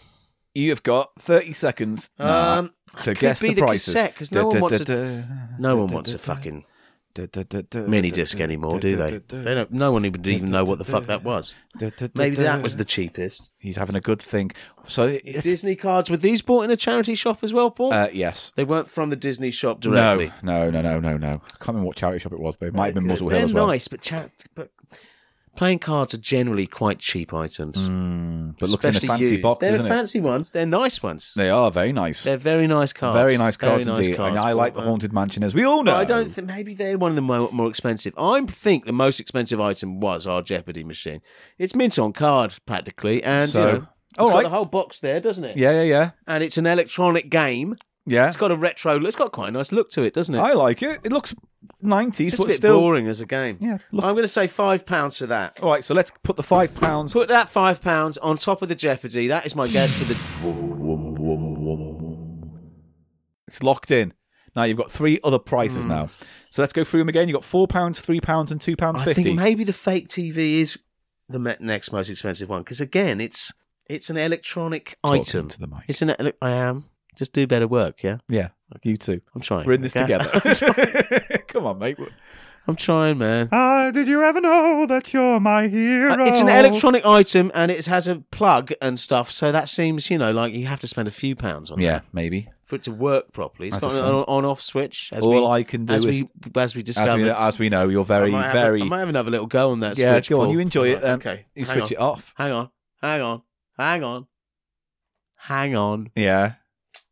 you have got thirty seconds now Um, to could guess be the, the prices. cassette, 'cause no one wants a- no one wants a fucking mini disc anymore, do they? They don't. No one even even know what the fuck that was. Maybe that was the cheapest. He's having a good thing. So it's, Disney cards were these bought in a charity shop as well, Paul? Uh, yes. They weren't from the Disney shop No, directly. no, no, no, no, no. I can't remember what charity shop it was. They might have been Muzzle They're Hill as well. nice, but, cha- but playing cards are generally quite cheap items. But Mm, looks in a especially fancy used. box, They're isn't it? fancy ones. They're nice ones. They are very nice. They're very nice cards. Very nice Very cards nice indeed. and cards, I like the but- Haunted Mansion as we all know. But I don't think maybe they're one of the more, more expensive. I think the most expensive item was our Jeopardy machine. It's mint on card practically, and So- you know, it's All got right. the whole box there, doesn't it? Yeah, yeah, yeah. And it's an electronic game. Yeah. It's got a retro. It's got quite a nice look to it, doesn't it? I like it. It looks 90s, it's just but a bit still. boring as a game. Yeah, look- I'm going to say five pounds for that. All right, so let's put the five pounds. Put that five pounds on top of the Jeopardy. That is my guess for the. It's locked in. Now you've got three other Hmm. prices now. So let's go through them again. You've got four pounds, three pounds, and two pounds I fifty. think maybe the fake TV is the me- next most expensive one because again, it's it's an electronic Talking item. to the mic. It's an. Ele- I am just do better work. Yeah, yeah, you too. I'm trying. We're in this okay? together. Come on, mate. I'm trying, man. Ah, did you ever know that you're my hero? Uh, It's an electronic item and it has a plug and stuff, so that seems, you know, like you have to spend a few pounds on that Yeah, maybe. for it to work properly. It's That's got the an thing. on- on-off switch. As All we, I can do as is, we as we as, discovered. we, as we know, you're very, I might have a- very. I might have another little go on that. yeah, switch, go on. Paul. You enjoy it. Right, Um, okay. hang You switch on, it off. Hang on. Hang on. Hang on. Hang on. Yeah.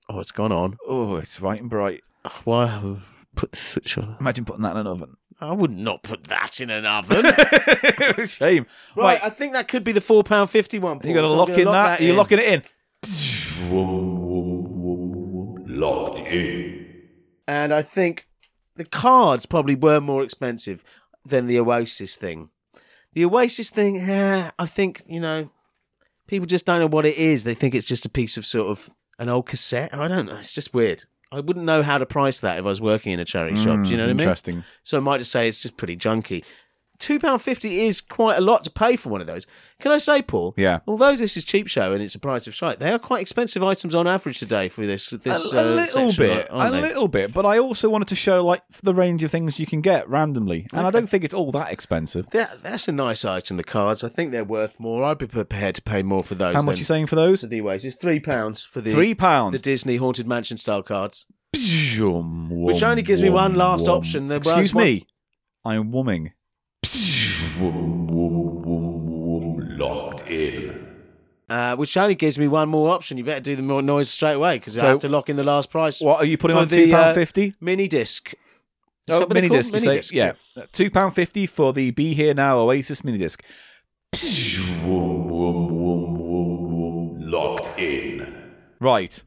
Oh, it's gone on. Oh, it's right and bright. Oh, Why have I put the switch on? Imagine putting that in an oven. I would not put that in an oven. Shame. right, Right. I think that could be the four pound fifty one. You're going to lock in that? Are you locking it in? And I think the cards probably were more expensive than the Oasis thing. The Oasis thing, eh, I think, you know, people just don't know what it is. They think it's just a piece of sort of an old cassette. I don't know. It's just weird. I wouldn't know how to price that if I was working in a charity shop. Do you know what I mean? Hmm, Interesting. So I might just say it's just pretty junky. £2.50 is quite a lot to pay for one of those. Can I say, Paul? Yeah. Although this is cheap show and it's a price of shite, they are quite expensive items on average today for this this a, a uh, little section, bit, aren't a they? little bit. But I also wanted to show like the range of things you can get randomly, and I don't think it's all that expensive. That, that's a nice item, the cards. I think they're worth more. I'd be prepared to pay more for those. How much than you saying for those? for the ways? It's three pounds for the Three the pounds. Disney Haunted Mansion style cards, Which which only gives me one last option. The Excuse worst one- me, I'm womming. uh, which only gives me one more option. You better do the more noise straight away because So- I have to lock in the last price. What are you putting For on the, two pound uh, fifty? Mini disc. Is that Oh, what they're mini called? disc. You Mini say, disc, yeah, two pound fifty for the Be Here Now Oasis mini disc. Locked in. Right.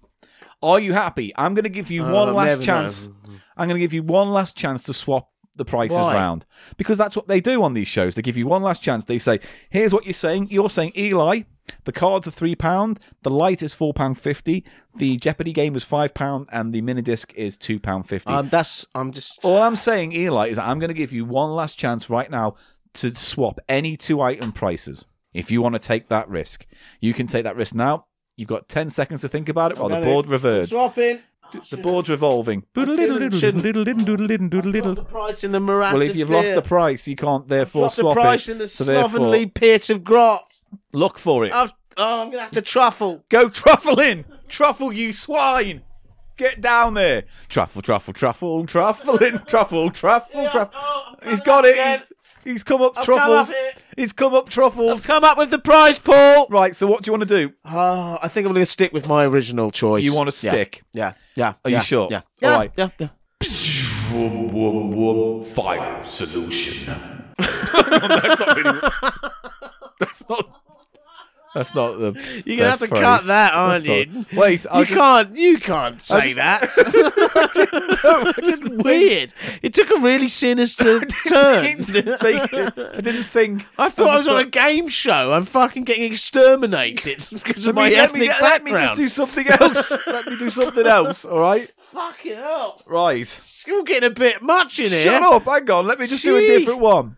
Are you happy? I'm going to give you Oh, one I'll never last know. chance. I'm going to give you one last chance to swap the prices Why? round because that's what they do on these shows. They give you one last chance. They say, "Here's what you're saying. You're saying Eli. The cards are three pound. The light is four pound fifty. The Jeopardy game is five pound, and the minidisc is two pound fifty. Um, that's. I'm just. All I'm saying, Eli, is that I'm going to give you one last chance right now to swap any two item prices. If you want to take that risk, you can take that risk now. You've got 10 seconds to think about it while the board reverses. Swapping. The board's revolving. shouldn't- Well, The price in the morass. if of you've lost fear. the price, you can't therefore Drop the swap price it. in the So slovenly therefore, pit of grot. look for it. I've, oh, I'm gonna have to truffle. Go truffle in! Truffle, you swine! Get down there! Truffle, truffle, truffle, truffle in! Truffle, truffle, truffle. oh, I've He's done got that it! again. He's, he's come up I've come truffles! up it. He's come up I've truffles! come up with the prize, Paul. Right, so what do you want to do? Oh, I think I'm going to stick with my original choice. You want to Yeah. stick? Yeah. Yeah. Are you yeah, sure? Yeah. All yeah. right. Yeah. yeah. Final solution. That's not. That's not the. You're gonna have to best phrase. cut that, aren't That's you? not- Wait, I'll you just- can't. You can't say that. Weird. It took a really sinister I turn. didn't think. I didn't think. I thought I was on a just game show. I'm fucking getting exterminated because of thought, my let me, ethnic let me, let me just background. do something else. let me do something else. All right. Fucking hell! Right. It's all getting a bit much in here. Shut up! Hang on. Let me just do a Sheesh. different one.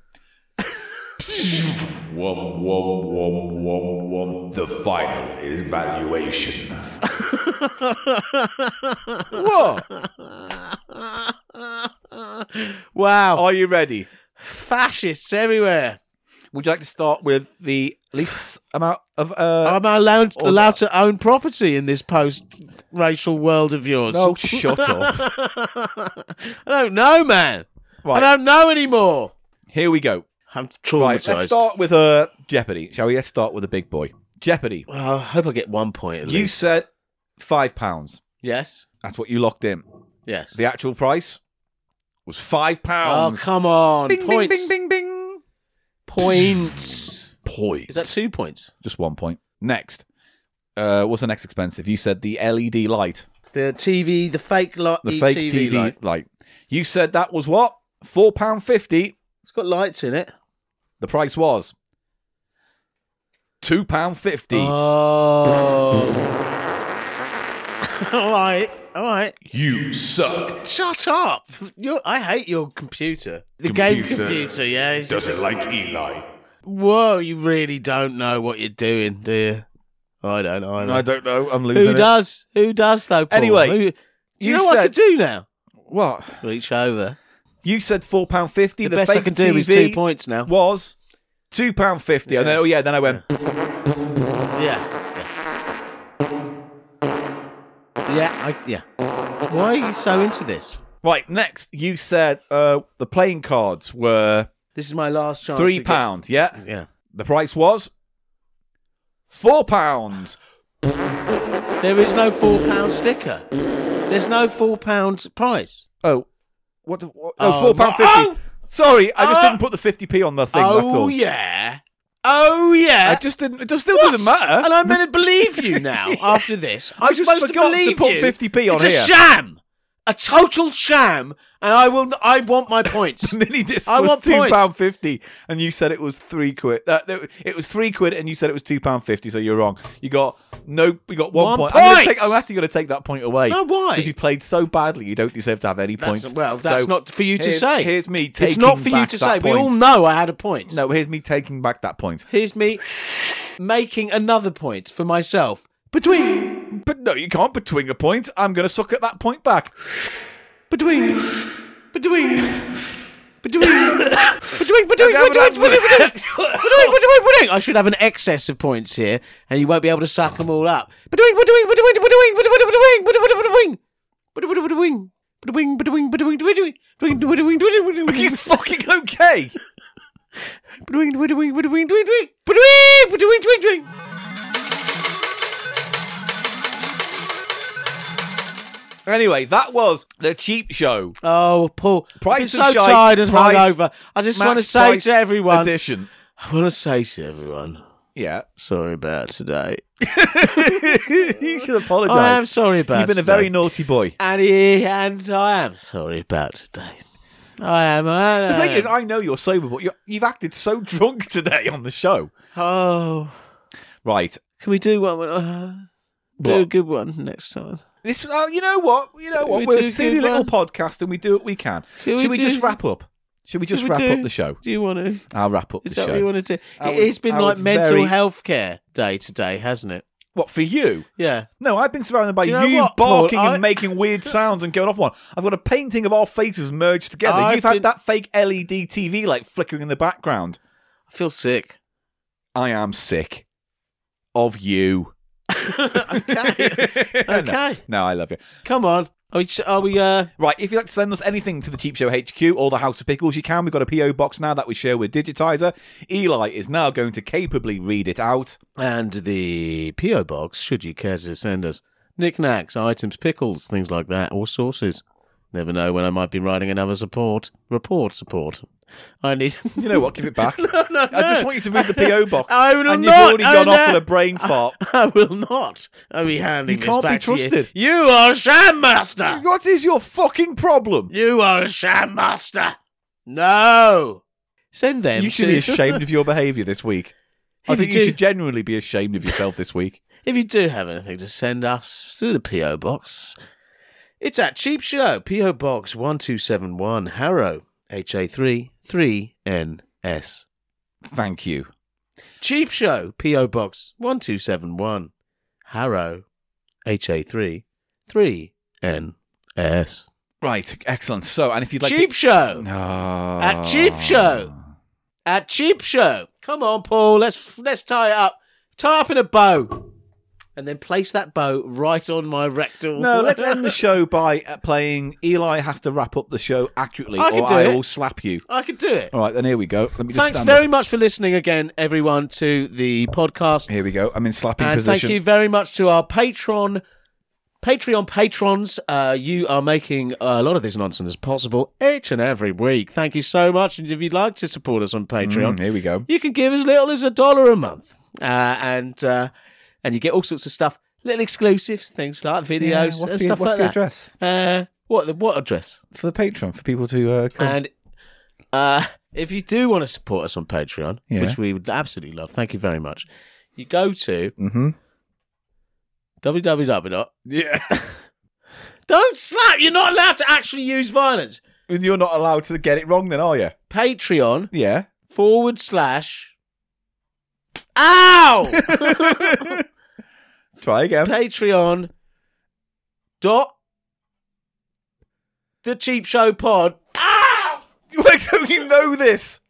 Wom, wom, wom, wom, wom. The final is valuation. What? wow. Are you ready? Fascists everywhere. Would you like to start with the least amount of? Uh, I'm allowed, Or- allowed to own property in this post racial world of yours. no, shut up. I don't know, man. Right. I don't know anymore. Here we go. I'm Right. traumatized. Let's start with uh, Jeopardy, shall we? Let's start with the big boy. Jeopardy. Well, I hope I get one point at You least. said five pounds. Yes. That's what you locked in. Yes. The actual price was five Oh, pounds. come on. bing, bing, points. bing, bing, bing. Points. Point. Is that two points? just one point? Next. Uh, what's the next expensive? You said the LED light, The TV, the fake light. the fake TV, E light. You said that was what? Four pound fifty. It's got lights in it. The price was Uh, two pound fifty. Oh. All right. All right. You suck. Shut up. You're, I hate your computer. The game Computer. computer, yeah. it's- Doesn't like Eli. Whoa, you really don't know what you're doing, do you? I don't either. I don't know. I'm losing Who it. does? Who does though? Paul? Anyway, Who- you, you know what I said- could do now? What? Reach over. You said four pound fifty. The, The, best I fake can do is TV two points now. Was two pound fifty. And then oh yeah, then I went. Yeah. Yeah. Yeah, I, yeah. Why are you so into this? Right next, you said uh, the playing cards were This is my last chance. three to pound. Yeah, Get... Yeah. the price was four pounds. There is no four pound sticker. There's no four pound price. Oh, what? the- what oh, Oh, four pound my- fifty. Sorry, I just Oh! didn't put the fifty p on the thing. that's all. yeah. Oh yeah. I just didn't. It just still doesn't And matter. I'm going to believe you now after this. I'm just supposed to forgot to believe put you. 50p on it's here. a sham, a total sham, and I will. I want my points. And then he just I was want two points. pound fifty, and you said it was three quid. Uh, it- it was three quid, and you said it was two pound fifty. So you're wrong. You got no. We got one, One point. I'm, gonna point. take, I'm actually going to take that point away. No, why? Because you played so badly, you don't deserve to have any That's- points. well, that's So not for you to here's- say. Here's me taking. it's not for you back to that say. We point. all know I had a point. No, here's me taking back that point. Here's me making another point for myself. Between, But no, you can't between a point. I'm going to suck at that point back. between, between, between. Between, between, Okay, I'm between, between, gonna- between, between, between, between. I should have an excess of points here, and you won't be able to suck them all up. Between, between, between, between, between, between, between, between, between, between, between, between, between, between, between, between, between, Are you between, fucking okay? between, between, between, between, between, between, between, between. Anyway, that was the cheap show. Oh, Paul, Price I'm so of shite, tired and price, hungover. I just want to Max say Price to everyone, Edition. I want to say to everyone, Yeah. sorry about today. you should apologise. I am sorry about You've been a today. very naughty boy. And, yeah, and I am sorry about today. I am. I, The I thing am. is, I know you're sober, but you're, you've acted so drunk today on the show. oh, Right. can we do one? Uh, do a What? good one next time. This, oh, you know what? You know what? we We're a do silly good little one? podcast, and we do what we can. Can we should we do- just wrap up? Should we just we wrap do- up the show? Do you want to? I'll wrap up Is the that show. what you want to do? I it would- has been I like would mental very- health care day today, hasn't it? What for you? Yeah. No, I've been surrounded by Do you, you know what, Paul? barking I- and making weird sounds and going off one. I've got a painting of our faces merged together. I've You've been- had that fake E LED TV like flickering in the background. I feel sick. I am sick of you. okay. Okay. No, I love you. Come on. Are we? Are we? Uh, Right, if you'd like to send us anything to the Cheap Show HQ or the House of Pickles, you can. We've got a PO box now that we share with Digitizer. Eli is now going to capably read it out. and the PO box, should you care to send us knickknacks, items, pickles, things like that, or sauces. Never know when I might be writing another support report. Support. I need. You know what? Give it back. no, I just want you to read the PO box. I will not, and you've already gone I off know. with a brain fart. I will not. I'll be handing You this can't be back to trusted. You. you are a sham master. what is your fucking problem? You are a sham master. No. Send them. You should to- be ashamed of your behaviour this week. I If think you you do- should genuinely be ashamed of yourself this week. If you do have anything to send us through the P.O. Box, it's at Cheap Show, P.O. Box 1271, Harrow, HA3 3NS. Thank you. Cheap Show, P.O. Box 1271, Harrow, HA3 3NS. Right, excellent. So, and if you'd like Cheap to... Show! Ah. At Cheap Show! At Cheap Show! Come on, Paul, let's, let's tie it up. Tie up in a bow. And then place that bow right on my rectal. No, let's end the show by uh, playing Eli has to wrap up the show accurately I can or do I it. will slap you. I could do it. All right, then here we go. Let me just Thanks stand very up. much for listening again, everyone, to the podcast. Here we go. I'm in slapping and position. thank you very much to our Patreon, Patreon patrons. Uh, you are making a lot of this nonsense possible each and every week. Thank you so much. And if you'd like to support us on Patreon, Mm, here we go. you can give as little as a dollar a month, uh, and uh, and you get all sorts of stuff, little exclusives, things like Yeah, videos what's and the, stuff what's like the that. address Uh, what the what address? for the Patreon for people to uh, come? And uh, if you do want to support us on Patreon, Yeah. which we would absolutely love, thank you very much. You go to Mm-hmm. www. Yeah. Don't slap. You're not allowed to actually use violence. And you're not allowed to get it wrong, then, are you? Patreon Yeah. forward slash. Ow! Try again. Patreon dot the cheap show pod. Why don't you know this?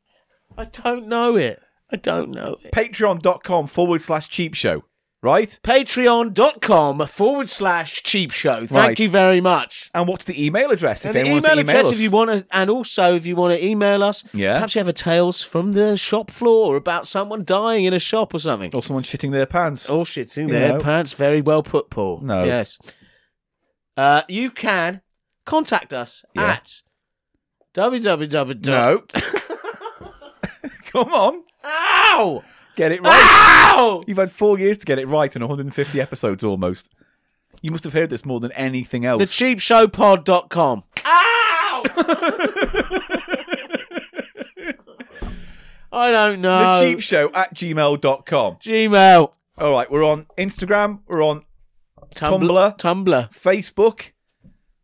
I don't know it. I don't know it. Patreon.com forward slash cheap show, right? Patreon.com forward slash cheap show. Thank Right. you very much. And what's the email address? And the anyone email, wants to address us? if you want to, and also if you want to email us, Yeah. perhaps you have a tales from the shop floor or about someone dying in a shop or something. Or someone shitting their pants. All shit's in You Oh, there. know. Pants very well put, Paul. No. Yes. Uh, you can contact us Yeah. at www. No. Come on. Ow! Get it right. Ow! You've had four years to get it right in 150 episodes almost. You must have heard this more than anything else. Thecheapshowpod.com. Ow! I don't know. the cheap show at gmail.com. Gmail. All right, we're on Instagram, we're on Tumblr. Tumblr. Facebook,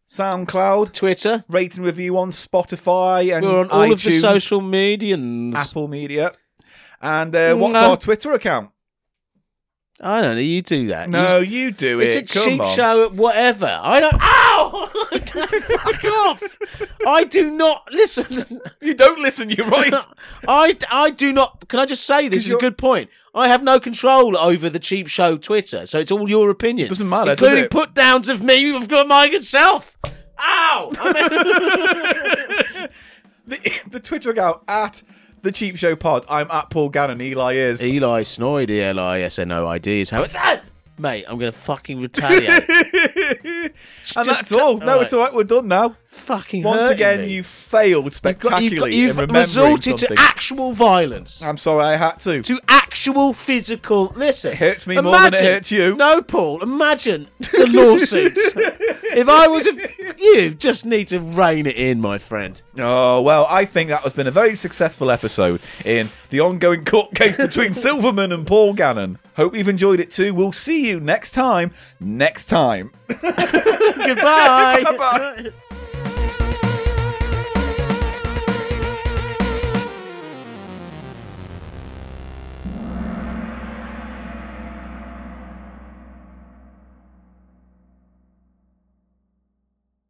SoundCloud, Twitter. rate and review on Spotify and We're on all iTunes, of the social medians. Apple Media. And uh, what's Mwah. our Twitter account? I don't know. You do that. No, you do it. It's a Come cheap on. show at whatever. I don't. Ow! Fuck off! I do not listen. You don't listen, you're right. I I do not. Can I just say this is a you're- good point? I have no control over the cheap show Twitter, so it's all your opinion. Doesn't matter, does including it? put downs of me. I've got my good self. Ow! the, the Twitter account at the Cheap Show Pod. I'm at Paul Gannon. Eli is. Eli Snoid, E L I S N O I D is how it's at. Mate, I'm gonna fucking retaliate. and Just that's all. t- No, all it's all right. We're done now. fucking Once hurting again, me. you got- you've, failed got- spectacularly you've in remembering resorted something. to actual violence. I'm sorry, I had to. to actual physical. Listen, it hurts me more than it hurts you. No, Paul. Imagine the lawsuits. if I was a, you, just need to rein it in, my friend. Oh well, I think that has been a very successful episode in the ongoing court case between Silverman and Paul Gannon. Hope you've enjoyed it too. We'll see you next time. Next time. Goodbye. Bye-bye.